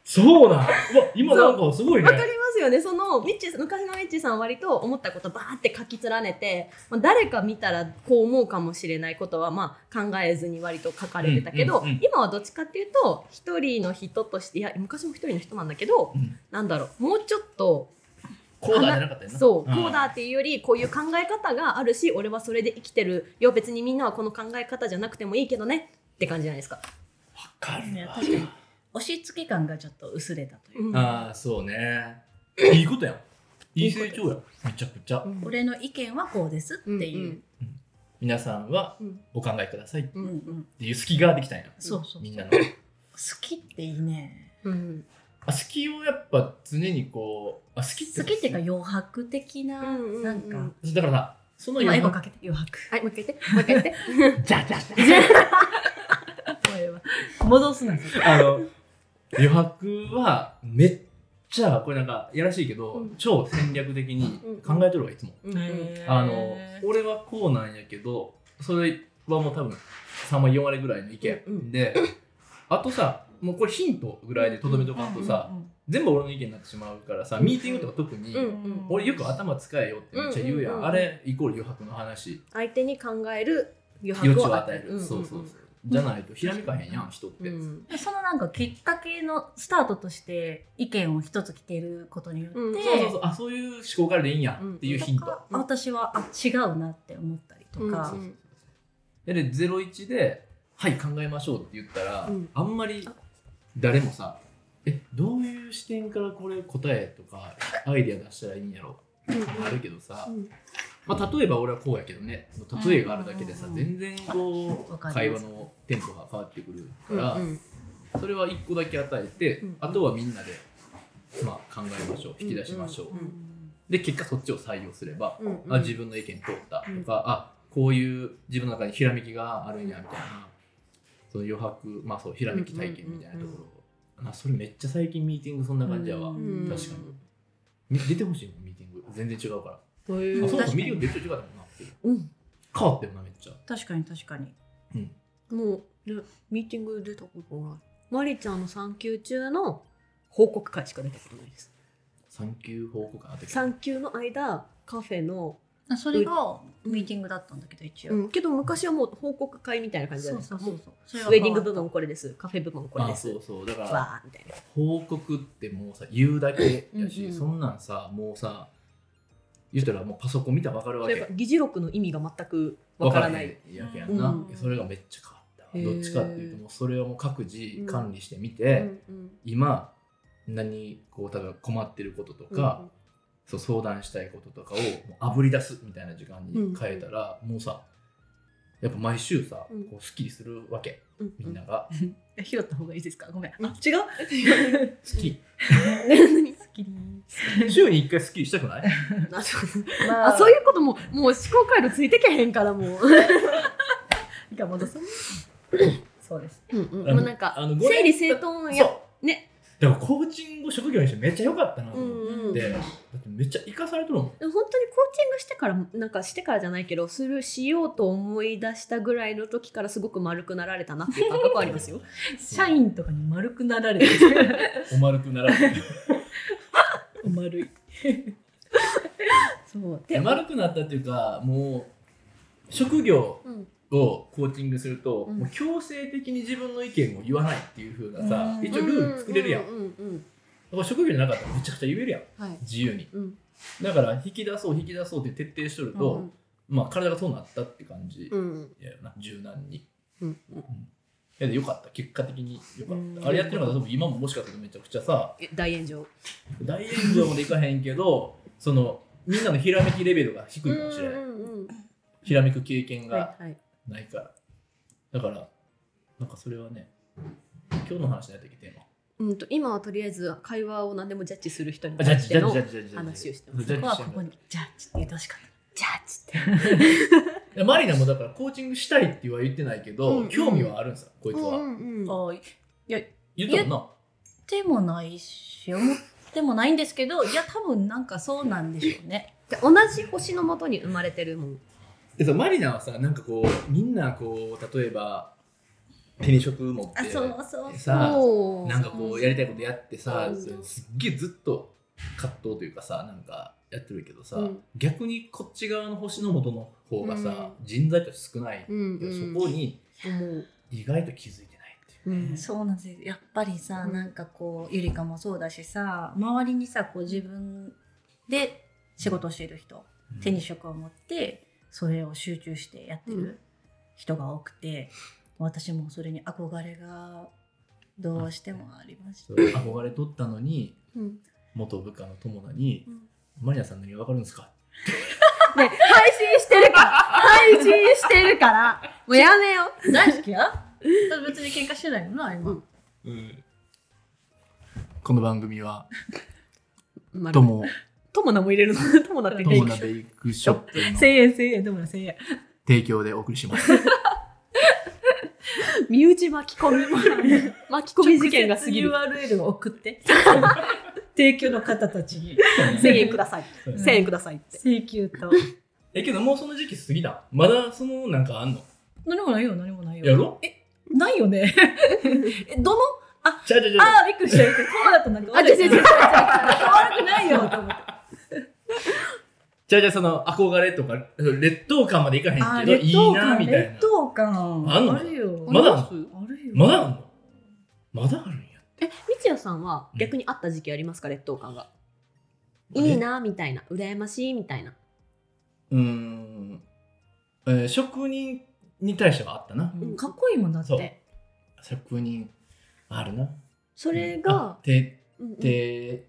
S1: そうなん。うわ、今なんかすごいね
S3: わ。かりますよね。そのミッチー昔のミッチーさんは割と思ったことバーって書き連ねて、まあ、誰か見たらこう思うかもしれないことはまあ考えずに割と書かれてたけど、
S1: うんうんうん
S3: 今はどっちかっていうと一人の人としていや昔も一人の人なんだけど、
S1: うん
S3: なんだろうもうちょっと
S1: コーダーじゃなかったよな。
S3: そう、
S1: ん
S3: こうだっていうよりこういう考え方があるし俺はそれで生きてるよ別にみんなはこの考え方じゃなくてもいいけどねって感じじゃないですか。
S1: わかる
S2: いや
S1: わ。
S2: 確かに押し付け感がちょっと薄れたという
S3: うん
S1: ああ、そうね。いいことやん。いい成長やん。めちゃくちゃ
S3: う。ん
S2: 俺の意見はこうですっていう、
S1: 皆さんは
S3: うん
S1: お考えくださいっ
S3: う
S2: うんうん
S3: ん
S1: ていう隙ができたんや。
S2: そうそう
S1: みんなの。
S2: 好きっていいね
S3: うん
S1: あ隙をやっぱ常にこう、あ好きって
S2: 好きっていうか余白的な、
S3: うんうんうん
S2: なんか、
S1: だからさ、その
S2: まあ、エ
S1: 余
S2: ゴ
S1: 白
S2: かけて余白
S3: はいもう一回言ってもう一回言 [LAUGHS] って。
S1: じゃじゃじゃ
S2: 声は戻すなそ
S1: [LAUGHS]
S2: れ
S1: あの、余白はめっちゃ、これなんかやらしいけど、
S3: うん
S1: 超戦略的に考えとるわ、いつも。
S3: うんうん
S1: あの、俺はこうなんやけど、それはもう多分3割4割ぐらいの意見、
S3: うんうん
S1: で、あとさ、もうこれヒントぐらいでとどめとかんとさ、全部俺の意見になってしまうからさ、ミーティングとか特に、
S3: うん
S1: 俺よく頭使えよってめっちゃ言うやん。
S3: うんうんうんうん
S1: あれイコール余白の話、
S3: 相手に考える余
S1: 余
S3: 白
S1: 地を
S3: を
S1: 与える。そうそうそう。じゃないとひらめかへんやん、人って。
S3: うん
S2: そのなんかきっかけのスタートとして意見を一つ聞けることによって、
S3: うん
S1: そうそうそう、あ、そういう思考からでいいんやっていうヒント。
S2: あ私はあ違うなって思ったりと
S3: うん
S2: か、
S1: そうそうそうで、ゼロ一で、はい、考えましょうって言ったら、
S3: うん
S1: あんまり誰もさ、え、どういう視点からこれ答えとか、アイデア出したらいいんやろ
S3: うんうん
S1: あるけどさ、
S3: うん
S1: まあ、例えば俺はこうやけどね、の例えがあるだけでさ、
S2: うんうんう
S1: 全然こう、
S2: わかり
S1: 会
S2: ま
S1: 話
S2: す
S1: のテンポが変わってくる
S3: うん
S1: から、
S3: うん
S1: それは一個だけ与えて、
S3: うん
S1: あとはみんなで、まあ、考えましょう、引き出しましょう。
S3: うん
S1: で、結果そっちを採用すれば、
S3: うんうん
S1: あ自分の意見通ったとか、あこういう自分の中にひらめきがあるんやみたいなその余白まあそうひらめき体験みたいなところ、あそれめっちゃ最近ミーティングそんな感じやわ、
S2: うん
S1: 確かにみ出てほしいもんミーティング全然違うから、
S3: そうい
S1: あ
S3: う
S1: そう
S2: 確
S1: か
S2: か
S1: ミ
S2: に
S1: ーティング出て違うだもんなっていう
S3: うん
S1: 変わったよなめっちゃ
S2: 確かに確かに
S3: もう、ね、ミーティング出たことがない。マリちゃんの産休中の報告会しか出たことないです。
S1: 産休報告会あったけど
S3: 産休の間、カフェの、
S2: あそれがミーティングだったんだけど一応、
S3: うん、けど昔はもう報告会みたいな感じじゃ
S2: そ
S3: ないうです
S2: そうそう
S3: か。も
S2: そう
S3: う
S2: それが
S3: ウェ
S2: 変
S3: デ
S2: わ
S3: ィング
S2: った
S3: 部門これです、カフェ部門これ
S1: あ
S3: です。
S1: そうそうだから
S3: わーみたいな。
S1: 報告ってもうさ言うだけやし
S3: うんうん
S1: そんなんさもうさ言ったらもうパソコン見たら分かるわ
S3: そ
S1: け
S3: れから議事録の意味が全くわからない。
S1: 分からへんやけやんな、
S3: うん
S1: それがめっちゃ変わったわ
S3: へー
S1: どっちかっていうともうそれをもう各自管理してみ
S3: う
S1: て、
S3: んうん
S1: 今何こう例えば困ってることとか、
S3: うん
S1: そう相談したいこととかをもうあぶり出すみたいな時間に変えたら、もうさやっぱ毎週さ、
S3: うん
S1: こうすっきりするわけ
S3: うんうん
S1: みんなが、
S2: え拾った方がいいですかごめんあ違う
S1: 好き
S2: スッキリ
S1: 週に1回すっきりしたくない
S3: あそう
S2: ま
S3: あそういうことももう思考回路ついてけへんからもう。
S2: うが戻そうそうです
S3: うんうん、
S1: あ
S3: で
S1: の
S3: もなんか
S1: あの
S3: 整理整頓
S1: そ
S3: や
S1: う
S3: ね。
S1: でもコーチング職業にしてめっちゃ良かったなと
S3: う
S1: 思って、
S3: んうん。
S1: で
S3: で
S1: だってめっちゃ生かされとるもん
S3: も本当にコーチングしてからなんかしてからじゃないけどするしようと思い出したぐらいの時からすごく丸くなられたなっていう感覚はありますよ。
S2: 社員とかに丸くなられて
S1: お丸く
S3: [LAUGHS]
S1: ならない
S2: 丸いそう
S1: で
S2: で
S1: 丸くなったっていうかもう職業
S3: うん
S1: をコーチングすると、
S3: うん
S1: もう強制的に自分の意見を言わないっていう風なさ、
S2: うん
S1: 一応ルール作れるやん、
S3: うんうん
S1: だから職業じゃなかったらめちゃくちゃ言えるやん
S3: うん。はい。
S1: 自由に
S3: うん
S1: だから引き出そう引き出そうって徹底しとると、
S3: うん
S1: まあ体がそうなったって感じ
S3: うん
S1: やよな、柔軟にい
S3: うん
S1: やでよかった結果的によかった、
S3: うん
S1: あれやってるから多分今ももしかするとめちゃくちゃさ
S3: え大炎上。
S1: 大炎上までいかへんけどそのみんなのひらめきレベルが低いかもしれない、
S3: うんうん
S1: ひらめく経験
S3: うん。
S1: が、
S3: はいはい。
S1: ないからだからなんかそれはね今日の話になったっけテーマ
S3: うんと今はとりあえず会話を何でもジャッジする人に
S1: あジャ
S3: 対
S1: ッジ
S3: し
S1: ジャ
S3: て
S1: ッジ
S3: の
S1: ジャッジジャッジ
S3: 話をしてます
S1: ジャッジ
S2: ここは
S1: して
S2: こ
S1: ん
S2: こ
S1: だ
S2: にジャッジって言ってほしかった
S4: ジャッジって。
S1: いやマリナもだからコーチングしたいっては言ってないけど、
S3: うんうん
S1: 興味はあるんですよこいつは、
S3: うんうん。
S2: あいや
S1: 言ったもんな
S2: でもないし思ってもないんですけどいや多分なんかそうなんでしょうね
S3: で同じ星のもとに生まれてるもん。
S1: えそうマリナはさなんかこうみんなこう例えば手に職持って
S2: そ
S1: さ
S3: おー
S1: なんかこうやりたいことやってさ
S3: そう
S1: すっげえずっと葛藤というかさなんかやってるけどさ、
S3: うん
S1: 逆にこっち側の星の元の方がさ、人材として少ない、
S3: うん
S1: けど
S3: うん。
S1: そこに
S3: 思う。
S1: 意外と気づいてないっていう
S3: うん
S2: そうなんですよやっぱりさ、
S3: うん
S2: なんかこうゆりかもそうだしさ周りにさこう自分で仕事をしている人、手に職を持ってそれを集中してやってる人が多くて、私もそれに憧れがどうしてもありまし
S1: そ
S2: た
S1: う憧れとったのに
S3: うん
S1: 元部下の友達に
S3: うん
S1: 「マリナさん何が分かるんですか?
S3: ね、配信してるから、配信してるから、もうやめよ。
S2: 大好きや別に喧嘩してないよな今、
S3: うん
S1: この番組は「
S3: ま
S1: と、も
S3: ともなも入れるの。ともなって
S1: と
S3: 元
S1: も
S3: 気
S1: なベイクショップ」の
S2: 千円千円でもな千円
S1: 提供でお送りし
S3: [LAUGHS]
S1: ます。
S3: 身内巻き込み。 [LAUGHS] 巻き込み事件が過ぎる。
S2: 直接 URL を送って [LAUGHS] 提供の方たちに
S3: 1000円ください。
S1: うん
S3: 1000円くださいって。
S2: 請求と
S1: えけどもうその時期過ぎたまだそのなんかあんの
S2: 何もないよ何もないよ
S1: やろ
S2: ないよ [LAUGHS] ねえどの
S1: ちゃうちゃうちゃう
S2: ああびっくりしたびっくりした友だとなんか
S3: あ、違う違う違う違う。
S2: 悪くないよと思って
S1: ちゃうちゃうその憧れとか劣等感までいかへ
S2: あ
S1: んけ
S2: ー
S1: どい
S2: 劣
S1: い
S2: 等
S1: な
S2: 感
S1: みたいな
S2: 劣等感
S1: あんの
S2: るよ
S1: まだあ
S3: み
S2: あるよ
S1: まだあんのまだあるんや
S3: ちやさんは逆にあった時期ありますか、劣等感が。いいな、みたいな。羨ましい、みたいな。
S1: うーん、えー職人に対してはあったな
S2: うんかっこいいもんだっ
S1: そう
S2: て
S1: 職人あるな
S3: それ
S1: あ
S3: が、
S1: 手
S3: うんうん
S1: 手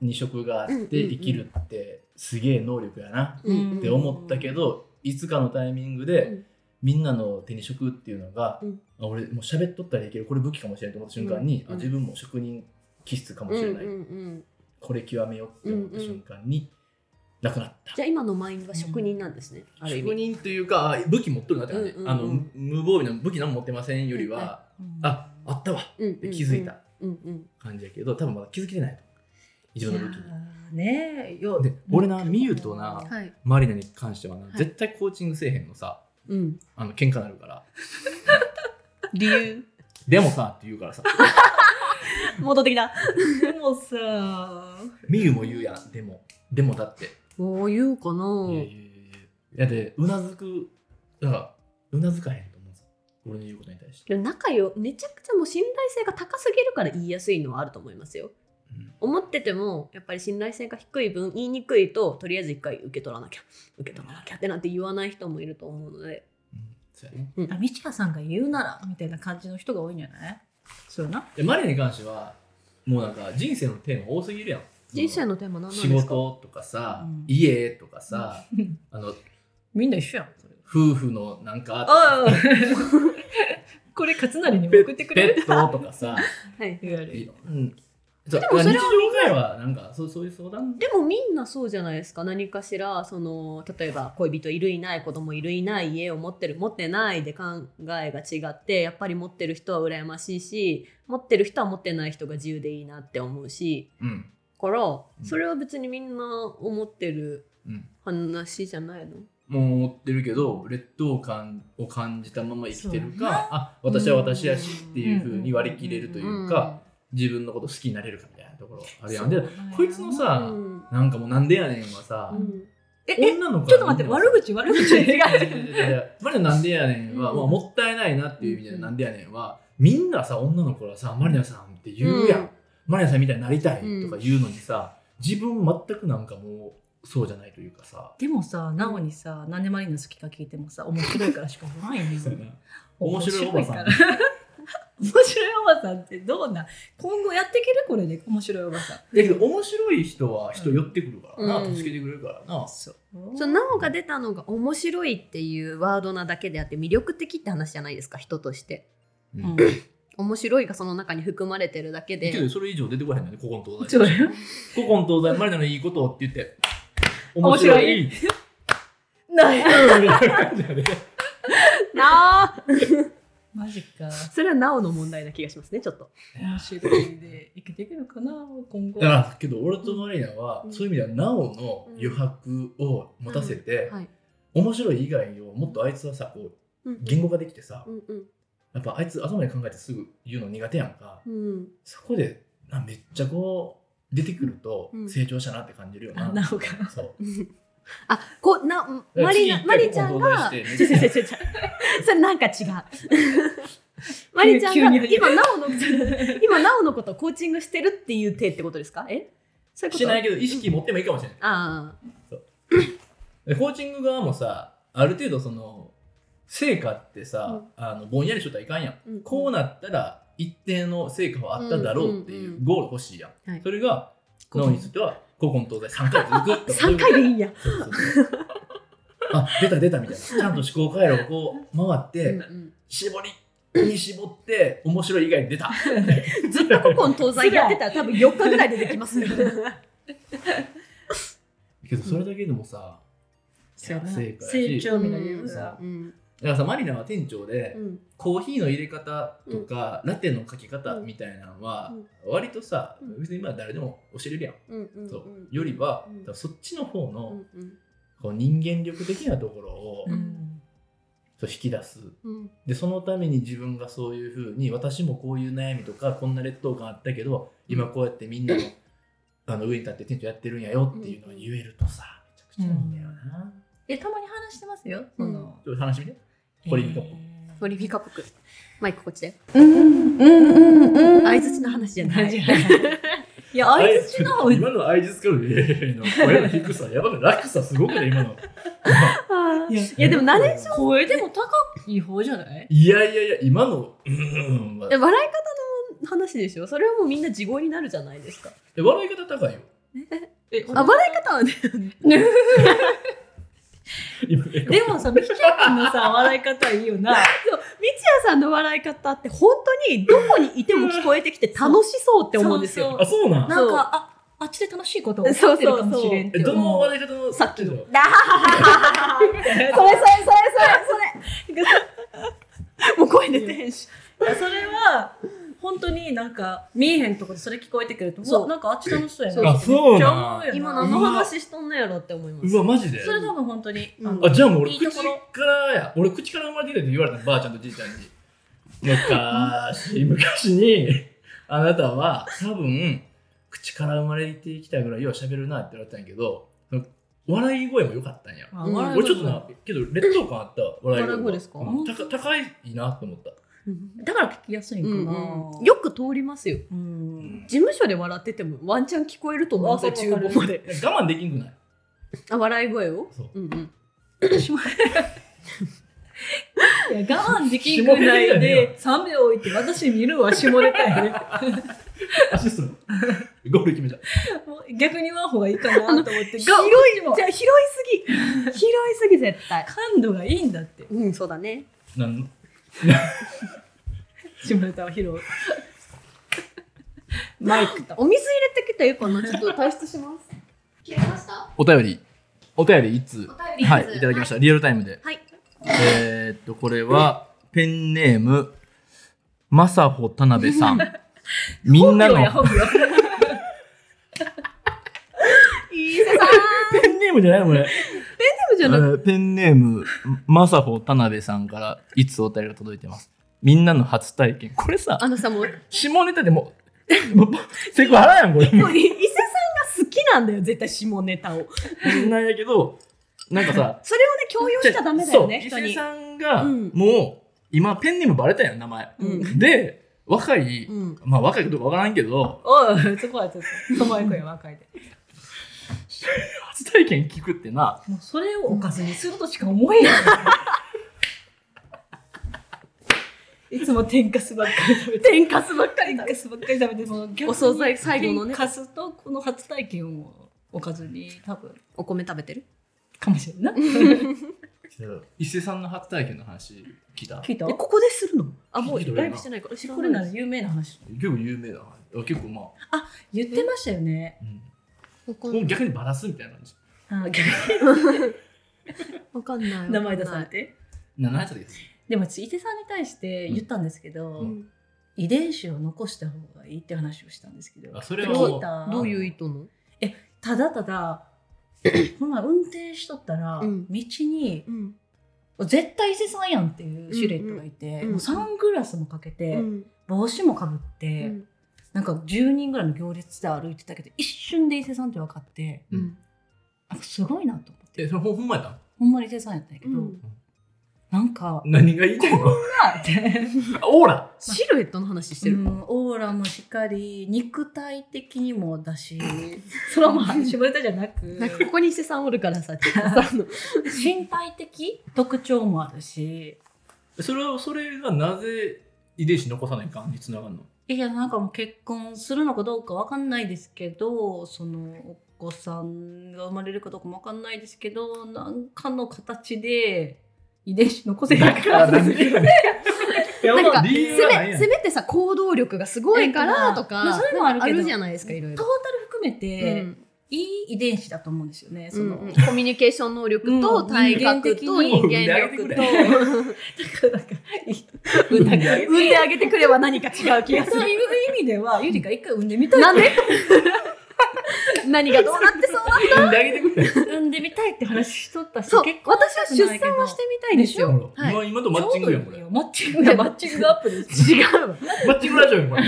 S1: に職があって
S3: うんうんうん
S1: 生きるってすげえ能力やな
S3: うんうん
S1: って思ったけどいつかのタイミングで、
S3: うん
S1: みんなの手に職っていうのが、
S3: うん
S1: あ俺もう喋っとったらいけるこれ武器かもしれないと思った瞬間に、
S3: うんうん
S1: あ自分も職人気質かも
S3: う
S1: し
S3: ん
S1: れ
S3: う
S1: ない、
S3: んうん。
S1: これ極めようって思った瞬間に、なくなった
S3: じゃあ今のマインドは職人なんですね。ある意
S1: 職
S3: 味。
S1: 人というかあ武器持っとるなって感じ、
S3: うんうんうん
S1: あの無無防備な武器何も持ってませんよりは、
S3: うんうん
S1: ああったわ
S3: うんうんうん
S1: って気づいた。
S3: うんうん。
S1: 感じやけど多分まだ気づけてないと異常な武器
S2: いやーねえよ
S1: で俺なみゆとな
S3: はい。
S1: マリナに関してはな、
S3: い
S1: 絶対コーチングせえへんのさ
S3: うん。
S1: あの喧嘩なるから
S3: 理由。
S1: でもさって言うからさ [LAUGHS]
S3: 戻ってきた。
S2: でもさ
S1: みゆも言うやんでもでもだって
S3: おう言うかない
S1: やいやいやいやでうなずくだからうなずかへんと思うさ俺の言うことに対して、
S3: でも仲よめちゃくちゃもう信頼性が高すぎるから言いやすいのはあると思いますよ
S1: うん
S3: 思っててもやっぱり信頼性が低い分言いにくいととりあえず一回受け取らなきゃ受け取らなきゃってなんて言わない人もいると思うので
S1: うんそうやね
S2: あみちやさんが言うならみたいな感じの人が多いんじゃないそうやな
S1: でマリナに関してはもうなんか人生のテーマ多すぎるやん
S3: 人生のテーマ何なんです
S1: 仕
S3: か
S1: 事とかさ、
S2: うん
S1: 家とか
S2: [LAUGHS]
S1: さ、あの
S2: みんな一緒やんそれ
S1: 夫婦のなんかとか
S2: ああ [LAUGHS] これ勝成にも送ってくれ
S1: ペ
S2: る
S1: ットとか
S2: [LAUGHS]
S1: さ、
S3: はい、
S2: 言われ
S1: い
S2: る
S1: うん、そう
S3: でもそれは
S1: 日常会話なんかそうそういう相談
S3: でもみんなそうじゃないですか何かしらその例えば恋人いるいない子供いるいない家を持ってる持ってないで考えが違ってやっぱり持ってる人は羨ましいし持ってる人は持ってない人が自由でいいなって思うし
S1: うん
S3: から
S1: ん
S3: それは別にみんな思ってる
S1: うん
S3: 話じゃないの、
S1: もう思ってるけど劣等感を感じたまま生きてる
S2: そうや
S1: かあ私は私やしっていうふうに割り切れるというか自分のこと好きになれるかみたいなところあるやんで
S2: そうなんや
S1: こいつの
S3: う
S1: さ
S3: ん
S1: なんかもうなんでやねんはさ
S3: うん
S2: ええ
S1: 女の子
S2: ちょっと待って悪口
S1: [LAUGHS]
S2: 悪口違う
S1: マリナなんでやねんは、
S3: うん
S1: まあ、もったいないなっていう意味でなんでやねんはみんなさ女の子はさマリナさんって言うやん、
S3: うん
S1: マリナさんみたいになりたいとか言うのにさ自分全くなんかもうそうじゃないというかさ
S2: でもさなおにさ何でマリナ好きか聞いてもさ面白いからしか言わないね
S1: 面白いおばさん
S2: 面白いから面白いおばさんってどうなん今後やっていけるこれで面白いおばさん
S1: だけど面白い人は人寄ってくるからな、
S3: うん
S1: 助けてくれるからな、
S2: そう
S3: そうなおが出たのが面白いっていうワードなだけであって魅力的って話じゃないですか人として
S2: うん
S3: 面白いがその中に含まれてるだけで
S1: けどそれ以上出てこらへんのね古今東
S2: ちょ
S1: 西
S2: っとね
S1: 古今東西マリナのいいことをって言って
S2: 面白い
S1: 面白
S2: ない
S1: いみたいな感じやね
S3: なあ
S2: マジか
S3: それはなおの問題な気がしますねちょっと
S2: 面白いで生きていけるかな今後 [LAUGHS]
S1: いやけど俺とマリナは、
S3: うん
S1: そういう意味ではなおの余白を持たせて、
S3: はい
S1: 面白い以外をもっとあいつはさこう
S3: うん
S1: 言語化できてさ、
S3: うんうん
S1: やっぱあいつ頭で考えてすぐ言うの苦手やんか、
S3: うん
S1: そこであめっちゃこう出てくると
S3: うん
S1: 成長したなって感じるよな、
S2: あなおが
S3: [LAUGHS]
S1: そう
S3: あこうなマリナマリちゃんが
S1: 次行って
S3: 違う違う違う違う [LAUGHS] それなんか違うマリちゃん
S2: 急
S3: が
S2: に急に
S3: 今なおの今なおのことをコーチングしてるっていう手ってことですかえそういうこと
S1: しないけど意識持ってもいいかもしれない
S3: ああ
S1: でコーチング側もさある程度その成果ってさ、あのぼんやりしとったらいかんやん、
S3: うん
S1: こうなったら一定の成果はあっただろうってい
S3: うんう
S1: う
S3: んうん
S1: ゴール欲しいやん、
S3: はい
S1: それが脳については古今東西3回続く
S3: 3回でいいんや
S1: そうそうそうあ出た出たみたいなちゃんと思考回路をこう回って、
S3: うん
S1: 絞りに絞って面白い以外に出た
S3: ずっと古今東西やってたら多分4日ぐらいでできますよ
S1: けどそれだけでもさ、
S2: そうやな
S1: 成果やし
S2: 成長みたいなのさ
S3: うん
S1: だからさマリナは店長で、
S3: うん
S1: コーヒーの入れ方とか、ラテの書き方みたいなのは、割とさ、
S3: うん
S1: 別に今誰でも教えれるやん、
S3: うんうん
S1: そうよりは、
S3: うん
S1: 多分そっちの方の、
S3: うんうん
S1: こう人間力的なところを、
S2: う
S1: そうん引き出す
S3: うん
S1: でそのために自分がそういうふうに私もこういう悩みとかこんな劣等感あったけど今こうやってみんなのあの上に立って店長やってるんやよっていうのを言えるとさめちゃくちゃいいんだよな、
S2: えたまに話してますよその
S1: ちょっと話してみてポリミカップ
S3: ポリフィカっぽくマイクこっちだよ
S4: うんうんうん
S3: 相槌の話じ
S2: [LAUGHS]
S3: ゃない
S2: いや相づちの
S1: 今の相づちからええの声の低さやばくない落差すごくね今の
S3: [LAUGHS] あー
S2: や
S3: いやでもナレーション
S2: 声でも高い方じゃない
S1: いやいやいや今のうーんは
S3: え笑い方の話でしょそれはもうみんな地声になるじゃないですか
S1: え笑い方高いよ
S2: え
S3: あ笑い方はね
S1: 今
S2: でもさ、みきちゃんのさ、笑い方いいよな。
S3: そう、みちやさんの笑い方って本当にどこにいても聞こえてきて楽しそうって思うんですよ。
S1: あそうなん
S2: なんか、あ、あっちで楽しいことを
S3: そ
S2: 思
S3: うそう
S2: ってるかもしれんっ
S1: え
S2: て
S1: どの
S2: 思う。
S1: 笑い方の
S3: さっきの
S1: ちょと
S3: だそれそれそれそれそれもう声出てへんし。
S2: いやそれは、本当に、なんか見えへんとこでそれ聞こえてくると
S3: そう
S2: うわなんかあっち楽しそうや
S3: そう
S2: な
S1: あそうなん
S2: めっちゃ思うよな
S3: 今何の話しとんのやろって思います
S1: うわマジで
S2: それ多分本当に、
S3: うん
S2: あの
S1: あじゃあもう俺
S2: いい
S1: 口
S2: ところ
S1: からや俺口から生まれてきたって言われたのばあちゃんとじいちゃんに昔昔に [LAUGHS] あなたは多分口から生まれてきたぐらいよう喋るなって言われたんやけどその笑い声も良かったんや
S2: あ
S3: うん
S2: 笑い声
S1: 俺ちょっとなけど劣等感あった笑い声
S3: 笑い声ですか
S1: うん高高いなと思った
S3: うん
S2: だから聞きやすいんか
S3: う
S2: な、
S3: んうんよく通りますよ
S2: うん
S3: 事務所で笑っててもワンチャン聞こえると思うんですよ
S2: わか
S3: 厨
S2: る
S3: 房まで
S1: 我慢できんくない
S3: あ笑い声を
S1: そう
S3: うんうん
S2: いや我慢できんくらいで3秒置いて私見るわ下ネタやね
S1: アシストゴール決めた
S2: もう逆に言わん方がいいかなと思って
S3: 広い
S2: も
S3: じゃあ広いすぎ広いすぎ絶対
S2: 感度がいいんだって
S3: うんそうだね
S1: なんの
S2: 下ネタを披露 [LAUGHS] マイクと
S3: お水入れてきたよこのちょっと退出します
S7: 切れました
S1: お便りお便り一通
S7: お便り。
S1: はいいただきましたたリアルタイムで
S3: はい
S1: えーっと、これは、ペンネーム、まさほ田辺さん。みんなの、
S2: 本
S1: [LAUGHS]
S2: 名や本名
S3: いいささ
S1: ペンネームじゃないこれ。
S3: じ
S1: え
S3: ゃなく
S1: ーペンネーム、まさほ田辺さんから、いつお便りが届いてます。みんなの初体験。これさ、
S3: あのさもう
S1: 下ネタでも、もうセクハラやん、これ。
S3: もうい伊勢さんが好きなんだよ絶対下ネタを
S1: なんやけど、なんかさ、
S3: それをね強要しちゃダメだよね
S1: そう伊
S3: 人
S1: 勢
S3: に
S1: さんが、
S3: うん
S1: もう、今、ペンネームバレたやん、名前。
S3: うん
S1: で、若い、
S3: うん
S1: まあ若いかどうかわからんけど、
S2: おいそこはちょっと友達声若いで
S1: 初体験聞くってな、
S2: もうそれをおかずにするとしか思えないいつも天かすばっかり食べて
S3: 天かすばっかり
S2: 天かすばっかり食べてもう逆に
S3: お惣菜最後のね
S2: 天かすとこの初体験をおかずに多分
S3: お米食べてる
S2: かもしれ [LAUGHS] んない
S1: 伊勢さんの初体験の話聞いた
S2: 聞いた
S3: えここでするのあも
S1: 聞いうてる
S3: ライブしてないから知ら
S2: これ
S3: な
S2: ないら有名な話
S1: 結構有名だな結構まあ、
S2: 言ってましたよね
S3: わか
S1: もうん逆にバラすみたいな感じ
S2: うん
S3: わかんない
S2: 名前出されて
S1: 7歳です
S2: でも私伊手さんに対して言ったんですけど、
S3: うん
S2: 遺伝子を残した方がいいって話をしたんですけど
S1: あそれ
S3: は
S2: 聞いた
S3: どういう意図の
S2: ただただこの前運転しとったら、
S3: うん
S2: 道に
S3: うん
S2: 絶対伊勢さんやんっていうシルエットがいて、
S3: うんうん
S2: もうサングラスもかけて、
S3: うん
S2: 帽子もかぶっ
S3: う
S2: て、
S3: ん
S2: なんか10人ぐらいの行列で歩いてたけど一瞬で伊勢さんって分かって
S3: うん
S2: なんかすごいなと思って
S1: えそれほんほんまやったん
S2: ほんまに伊勢さんやったんやけど、
S3: うん
S2: なんか [LAUGHS]
S1: 何が言いたい
S3: [LAUGHS]
S1: の
S2: なって。
S1: オーラ
S3: シルエットの話して
S2: う
S3: る
S2: ん、オーラもしっかり肉体的にもだ
S3: [LAUGHS]
S2: しそれはまあ絞れたじゃなく
S3: なんかここに伊勢さんおるからさちょっとさあの
S2: 身体的特徴もあるし
S1: [LAUGHS] それはそれがなぜ遺伝子残さないかんにつながるの
S2: いやなんかもう結婚するのかどうかわかんないですけどそのお子さんが生まれるかどうかもわかんないですけどなんかの形で遺伝子残せへんから
S3: [LAUGHS]
S1: なんでやねん
S3: なんか
S1: 理
S3: せ
S1: 由はない
S3: め
S1: やん
S3: せめてさ行動力がすごいからと
S2: まあ
S3: か
S2: それもあるけど
S3: あるじゃないですかいろい
S2: トー
S3: ろ。
S2: タル含めて、
S3: うん
S2: いい遺伝子だと思うんですよねその、
S3: うんうんコミュニケーション能力と体格と人間力と
S2: だからなんかいい
S1: 産んであげて
S3: 産んであげてくれば何か違う [LAUGHS] 気がす
S2: そう
S3: る。
S2: いう意味ではゆりが一回産んでみたい
S3: [LAUGHS] なんで何がどうなってそうな
S1: 産んであげてくれ
S2: [LAUGHS] 産んでみたいって話しとったし
S3: そう
S2: 結婚
S3: 私は出産はしてみたいですよ。はい
S1: 今今とマッチングやんこれ
S2: ちょうどいいよマッチングやマッチングアップです
S3: 違うわ
S1: マッチングラジオやんこれ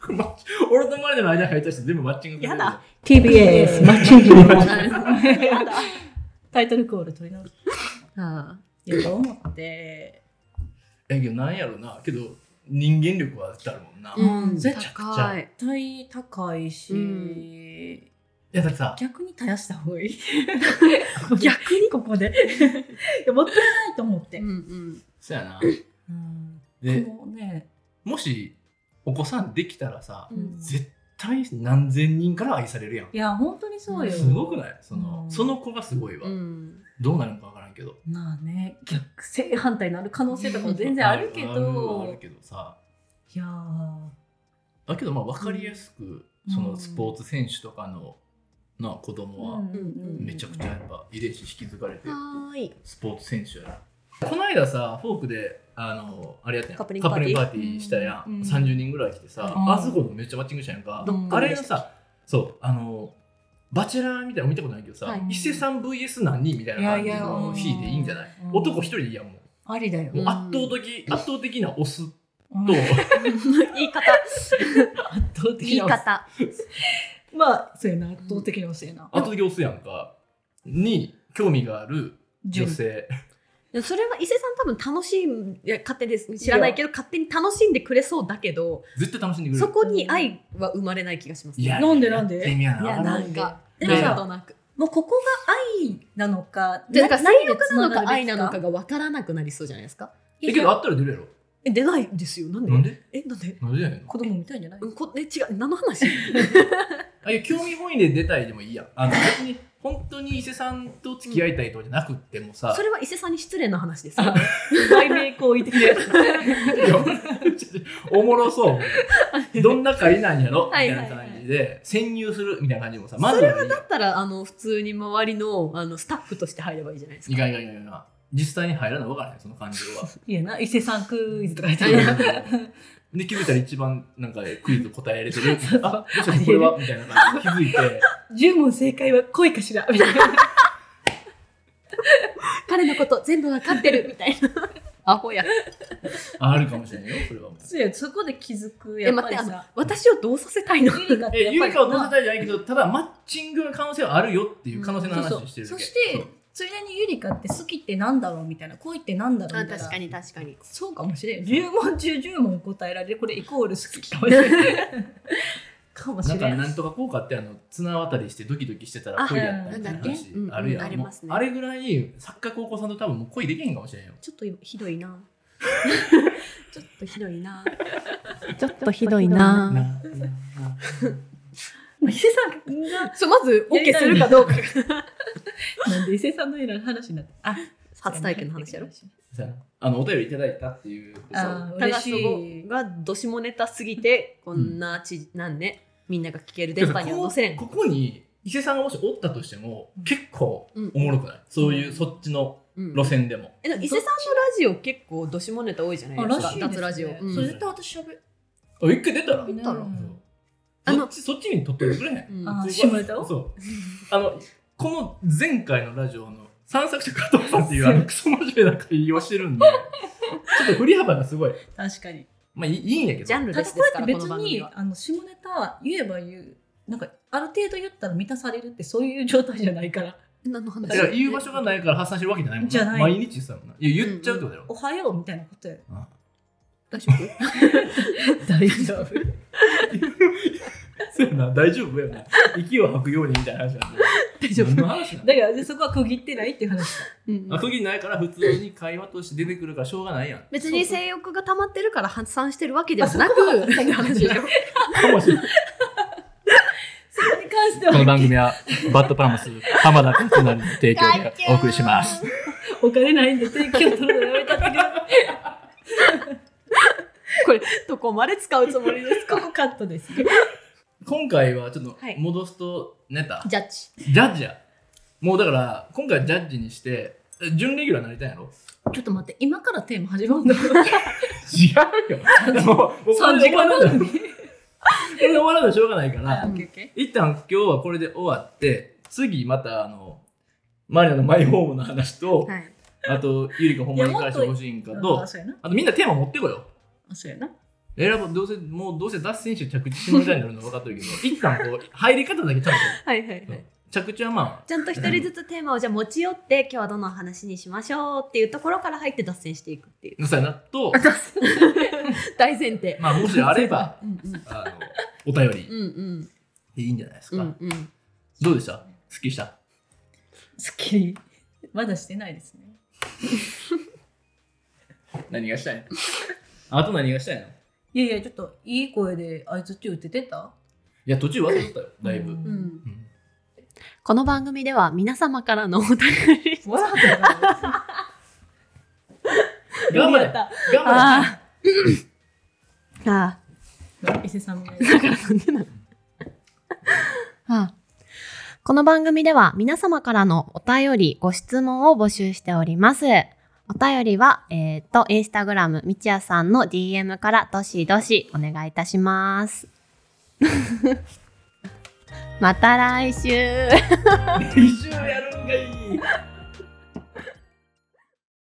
S1: これマッチ俺とマリナの間に入った人全部マッチング
S3: やだ
S2: TBS [LAUGHS] マッチングタイトルコール取り直す
S3: あ
S2: やと思って
S1: えけどなんやろなけど人間力は絶対あるもんな、
S3: あ、
S1: い
S3: うん、
S1: めちゃくちゃ
S3: 高い。
S2: 絶対高いし、
S3: うん
S1: やだってさ
S2: 逆に絶やした方が [LAUGHS] いい
S3: 逆に、
S2: こ [LAUGHS] こでいやもったいないと思って、
S3: うんうん、
S1: そうやな
S2: うん
S1: で
S2: このね、
S1: もしお子さんできたらさ
S3: うん
S1: 絶対何千人から愛されるやん
S2: いや本当にそうよ
S1: すごくないその
S2: うん
S1: その子がすごいわ、
S3: うん、
S1: どうなるのかわからんけど
S2: まあね逆正反対になる可能性とかも全然あるけ
S1: あるあ
S2: ど
S1: るけどさ
S2: いやー
S1: だけどまあ分かりやすく、
S2: うん
S1: そのスポーツ選手とかのな子供は
S2: うんうんうん
S1: めちゃくちゃやっぱ遺伝子引き継がれて
S3: はーい。
S1: スポーツ選手やこの間さフォークであのあれやったやん
S3: カップリングパーティー
S1: カップリングパーティーしたやん、
S2: うん
S1: 30人ぐらい来てさ、
S2: うん
S1: あそこでめっちゃマッチングしたやんか、
S3: どっ
S1: あ
S3: か
S1: れ
S3: で
S1: がさそうあのバチェラーみたいなの見たことないけどさ、
S3: はい
S1: 伊勢さん VS 何人みたいな感じの日でいいんじゃない
S2: うん
S1: 男一人でいいやんも
S2: ありだよ
S1: う,、
S3: う
S1: も
S3: ん
S1: う圧倒的圧倒的なオ
S3: [LAUGHS]
S1: スと、
S2: うん
S3: 言い方、
S1: 圧倒
S3: 言い
S1: なオス
S3: 方。
S2: まあそうやな圧倒的に遅いな、
S1: 圧倒的オスやんかに興味がある女性
S3: いやそれは伊勢さん多分楽しい、いや勝手です。知らないけど、勝手に楽しんでくれそうだけど、
S1: 絶対楽しんでくれ
S3: そ
S1: る
S3: こに愛は生まれない気がします。
S1: いや
S2: なんでなんで
S1: やってみや
S3: いや、
S1: な
S3: なんか、
S2: で
S1: もさ
S3: なんとなく。
S2: もうここが愛なのか
S3: なんか、性欲
S2: つが
S3: な
S2: る
S3: の
S2: べき
S3: か愛なのかが分からなくなりそうじゃないですか。
S1: えけどあったら出るやろ
S3: え、出ないんですよ。なんで
S1: なんで
S3: え、なんで
S1: なんでやねん
S2: 子供みたいんじゃない、
S3: うんこえ、違う。何の話
S1: あいや興味本位で出たいでもいいやんあの別に本当に伊勢さんと付き合いたいとかじゃなくってもさ、
S3: それは伊勢さんに失礼な話です。
S2: あ解明行為的
S3: [LAUGHS]
S2: なやつ
S1: いやちょっとおもろ
S3: [LAUGHS]
S1: そうどんな会なんやろみ
S3: は
S1: た
S3: い
S1: い
S3: はいはい
S1: な感じで潜入するみたいな感じもさまずはいいやん
S3: だったらあの普通に周りのあのスタッフとして入ればいいじゃないです
S1: い
S3: か。
S1: かんいかんいかんいかん実際に入らないわからへんその感情
S3: [LAUGHS]
S1: は
S2: いやな伊勢さんクイズとか言ってる
S1: うんで気づいたら一番なんかクイズ答えられて
S3: [LAUGHS]
S1: る
S2: そう
S1: あどうしたこれはみたいな感じで気づいて
S2: 10問正解は恋かしらみたい
S3: [LAUGHS]
S2: な
S3: 彼のこと全部わかってるみたいな。
S2: [LAUGHS]
S3: アホや。
S1: ああるかもしれないよそれはもう
S2: そうやそこで気づく
S3: え
S2: やっぱ
S3: 待っ
S2: り
S3: てあ
S2: さ
S3: の私をどうさせたいの？
S2: ゆいかって
S1: え
S2: やっ
S1: ゆい
S2: ぱり
S1: かを乗せ
S2: な
S1: たいじゃないけどただマッチングの可能性はあるよっていう可能性の
S2: そうそ
S1: 話
S2: う
S1: をしてるだ
S2: そ
S1: け
S2: してついでにゆりかって好きってなんだろうみたいな恋ってなんだろうみたいな
S3: に確かに。
S2: そうかもしれ [LAUGHS] ん10問中10問答えられるこれイコール好きかもしれないかもし
S1: なん
S2: れ
S1: か
S2: ん
S1: なんとか効果ってあの綱渡りしてドキドキしてたら恋やったみたいな話
S3: うん
S1: あるやん、
S3: うんうん
S1: もう
S3: ありますね
S1: あれぐらい作家高校さんと多分もう恋できへんかもしれんよ
S3: ちょっとひどい
S2: [LAUGHS]
S3: な。ちょっとひどいな。
S4: ちょっとひど
S3: い
S4: い
S3: な
S1: な
S4: な。
S1: な
S2: 伊勢さんが
S3: そうまず
S2: やり
S3: OK
S2: たい
S3: するかどうか。
S2: なんで伊勢さんのよう
S3: [LAUGHS]
S2: な話になってあ
S3: 初体験の話やろ。
S1: なあのお便りいただいたっていう
S2: あー
S3: ただ
S2: 嬉
S3: そ
S2: し
S3: こ
S2: い
S3: がどしもネタすぎてこんなちなんねみんなが聞ける電波には載せれん。
S1: こここに伊勢さんがもしおったとしても
S2: うん
S1: 結構
S3: うん
S1: おもろくない、そういうそっちの
S3: うん
S1: 路線でも、
S3: えでも伊勢さんのラジオ結構どしもネタ多いじゃない
S2: あ
S3: で
S2: ら
S3: すか。
S2: しいです、ね、
S3: 脱ラジオ。うん
S2: それ絶対私喋
S1: あ一回出たら、
S2: る
S3: 出たら
S1: そう
S3: あの
S1: そっちそっちに取っといてくれへん、
S3: うん
S2: あ
S1: 僕は
S2: 下ネタを
S1: そうあのこの前回のラジオの散策者加藤さんっていうあの
S2: [LAUGHS]
S1: クソ真面目な会をしてるんでちょっと振り幅がすごい
S2: 確かに
S1: まあいいいいんやけど
S3: ジャンル
S2: た
S3: で
S2: だ
S3: す
S2: こ
S3: です
S2: う
S3: か
S2: やっ
S3: ら
S2: て
S3: こ
S2: 別
S3: の番組
S2: に
S3: は。
S2: あの下ネタ言えば言うなんかある程度言ったら満たされるってそういう状態じゃないから
S3: 何の話
S1: だから言う場所がないから発散してるわけじゃないもん
S2: じゃない
S1: 毎日さもんないや言っちゃうってことだろ
S2: 「おはよう」みたいなことや
S1: あ
S3: 大丈
S2: [LAUGHS]
S3: 夫
S2: 大丈夫
S1: [LAUGHS] そうやな大丈夫やな息を吐くようにみたいな話なんで
S2: 大丈
S1: 何
S2: 夫
S1: の話なん
S2: だからでそこは区切ってないっていう話だ
S1: あ区切りないから普通に会話として出てくるからしょうがないやん
S3: 別に性欲が溜まってるから発散してるわけではな [LAUGHS] く、
S2: あそこは
S3: って話でしょ
S1: かもしれない
S2: それに関しては
S1: 番組はバッドパーマス浜田達成の提供でお送りします
S2: お金ないんで提供取るのやめたってくだ
S3: これ、どこまで使うつもりです
S2: さい
S3: か
S2: [LAUGHS] ここカットですね
S1: 今回はちょっと
S3: はい
S1: 戻すとネタ、
S3: ジャッジ。
S1: ジャッジやもうだから今回ジャッジにしてえ準レギュラーになりたいんやろ
S2: ちょっと待って今からテーマ始ま [LAUGHS] るの
S1: 違うよもうもうこ
S2: 3
S1: れで終
S2: 時
S1: わ
S2: 間
S1: ら
S2: 番
S1: ない
S2: 組
S1: これで終わらないとしょうがないから
S2: あオッケーオッケー
S1: 一旦今日はこれで終わって次またあのマリナのマイホームの話と、
S3: はい。
S1: あとゆりかほんまに返してほしいんかと
S2: あそうやな
S1: あとみんなテーマ持ってこよ
S2: あそうやな
S1: 選ぶどうせもうどうせ脱線して着地してもらいたいになるの分かってるけど一旦こう入り方だけちゃん
S3: はいはい
S1: と
S3: はい。
S1: 着地はま
S3: ちゃんと一人ずつテーマをじゃあ持ち寄って、今日はどの話にしましょうっていうところから入って脱線していくっていう。
S1: あそうやなと
S3: 大前提。
S1: まあもしあれば
S3: うんうん。
S1: あのお便り
S3: うんうん。
S1: でいいんじゃないです
S3: う
S1: か、
S3: んうん。
S1: どうでしたすっきりした
S2: すっきりまだしてないですね
S1: 何がしたいの [LAUGHS] あと何がしたいのい
S2: いやいやちょっといい声であいつって言っててた
S1: や途中忘れてたよだいぶ、
S2: う
S1: うん
S2: ん
S3: うん
S4: この番組では皆様からのお便り、
S2: 笑ったから
S1: 頑張れ
S2: た
S1: 頑張
S4: あ
S3: [LAUGHS]
S4: あ。あ
S2: 伊勢さんも
S4: あ、 [LAUGHS] ああ。この番組では皆様からのお便り、ご質問を募集しております。お便りは、えっ、と、インスタグラム、みちやさんの DM からどしどしお願いいたします。 [LAUGHS] また来週
S1: [LAUGHS] 一周やるんがいい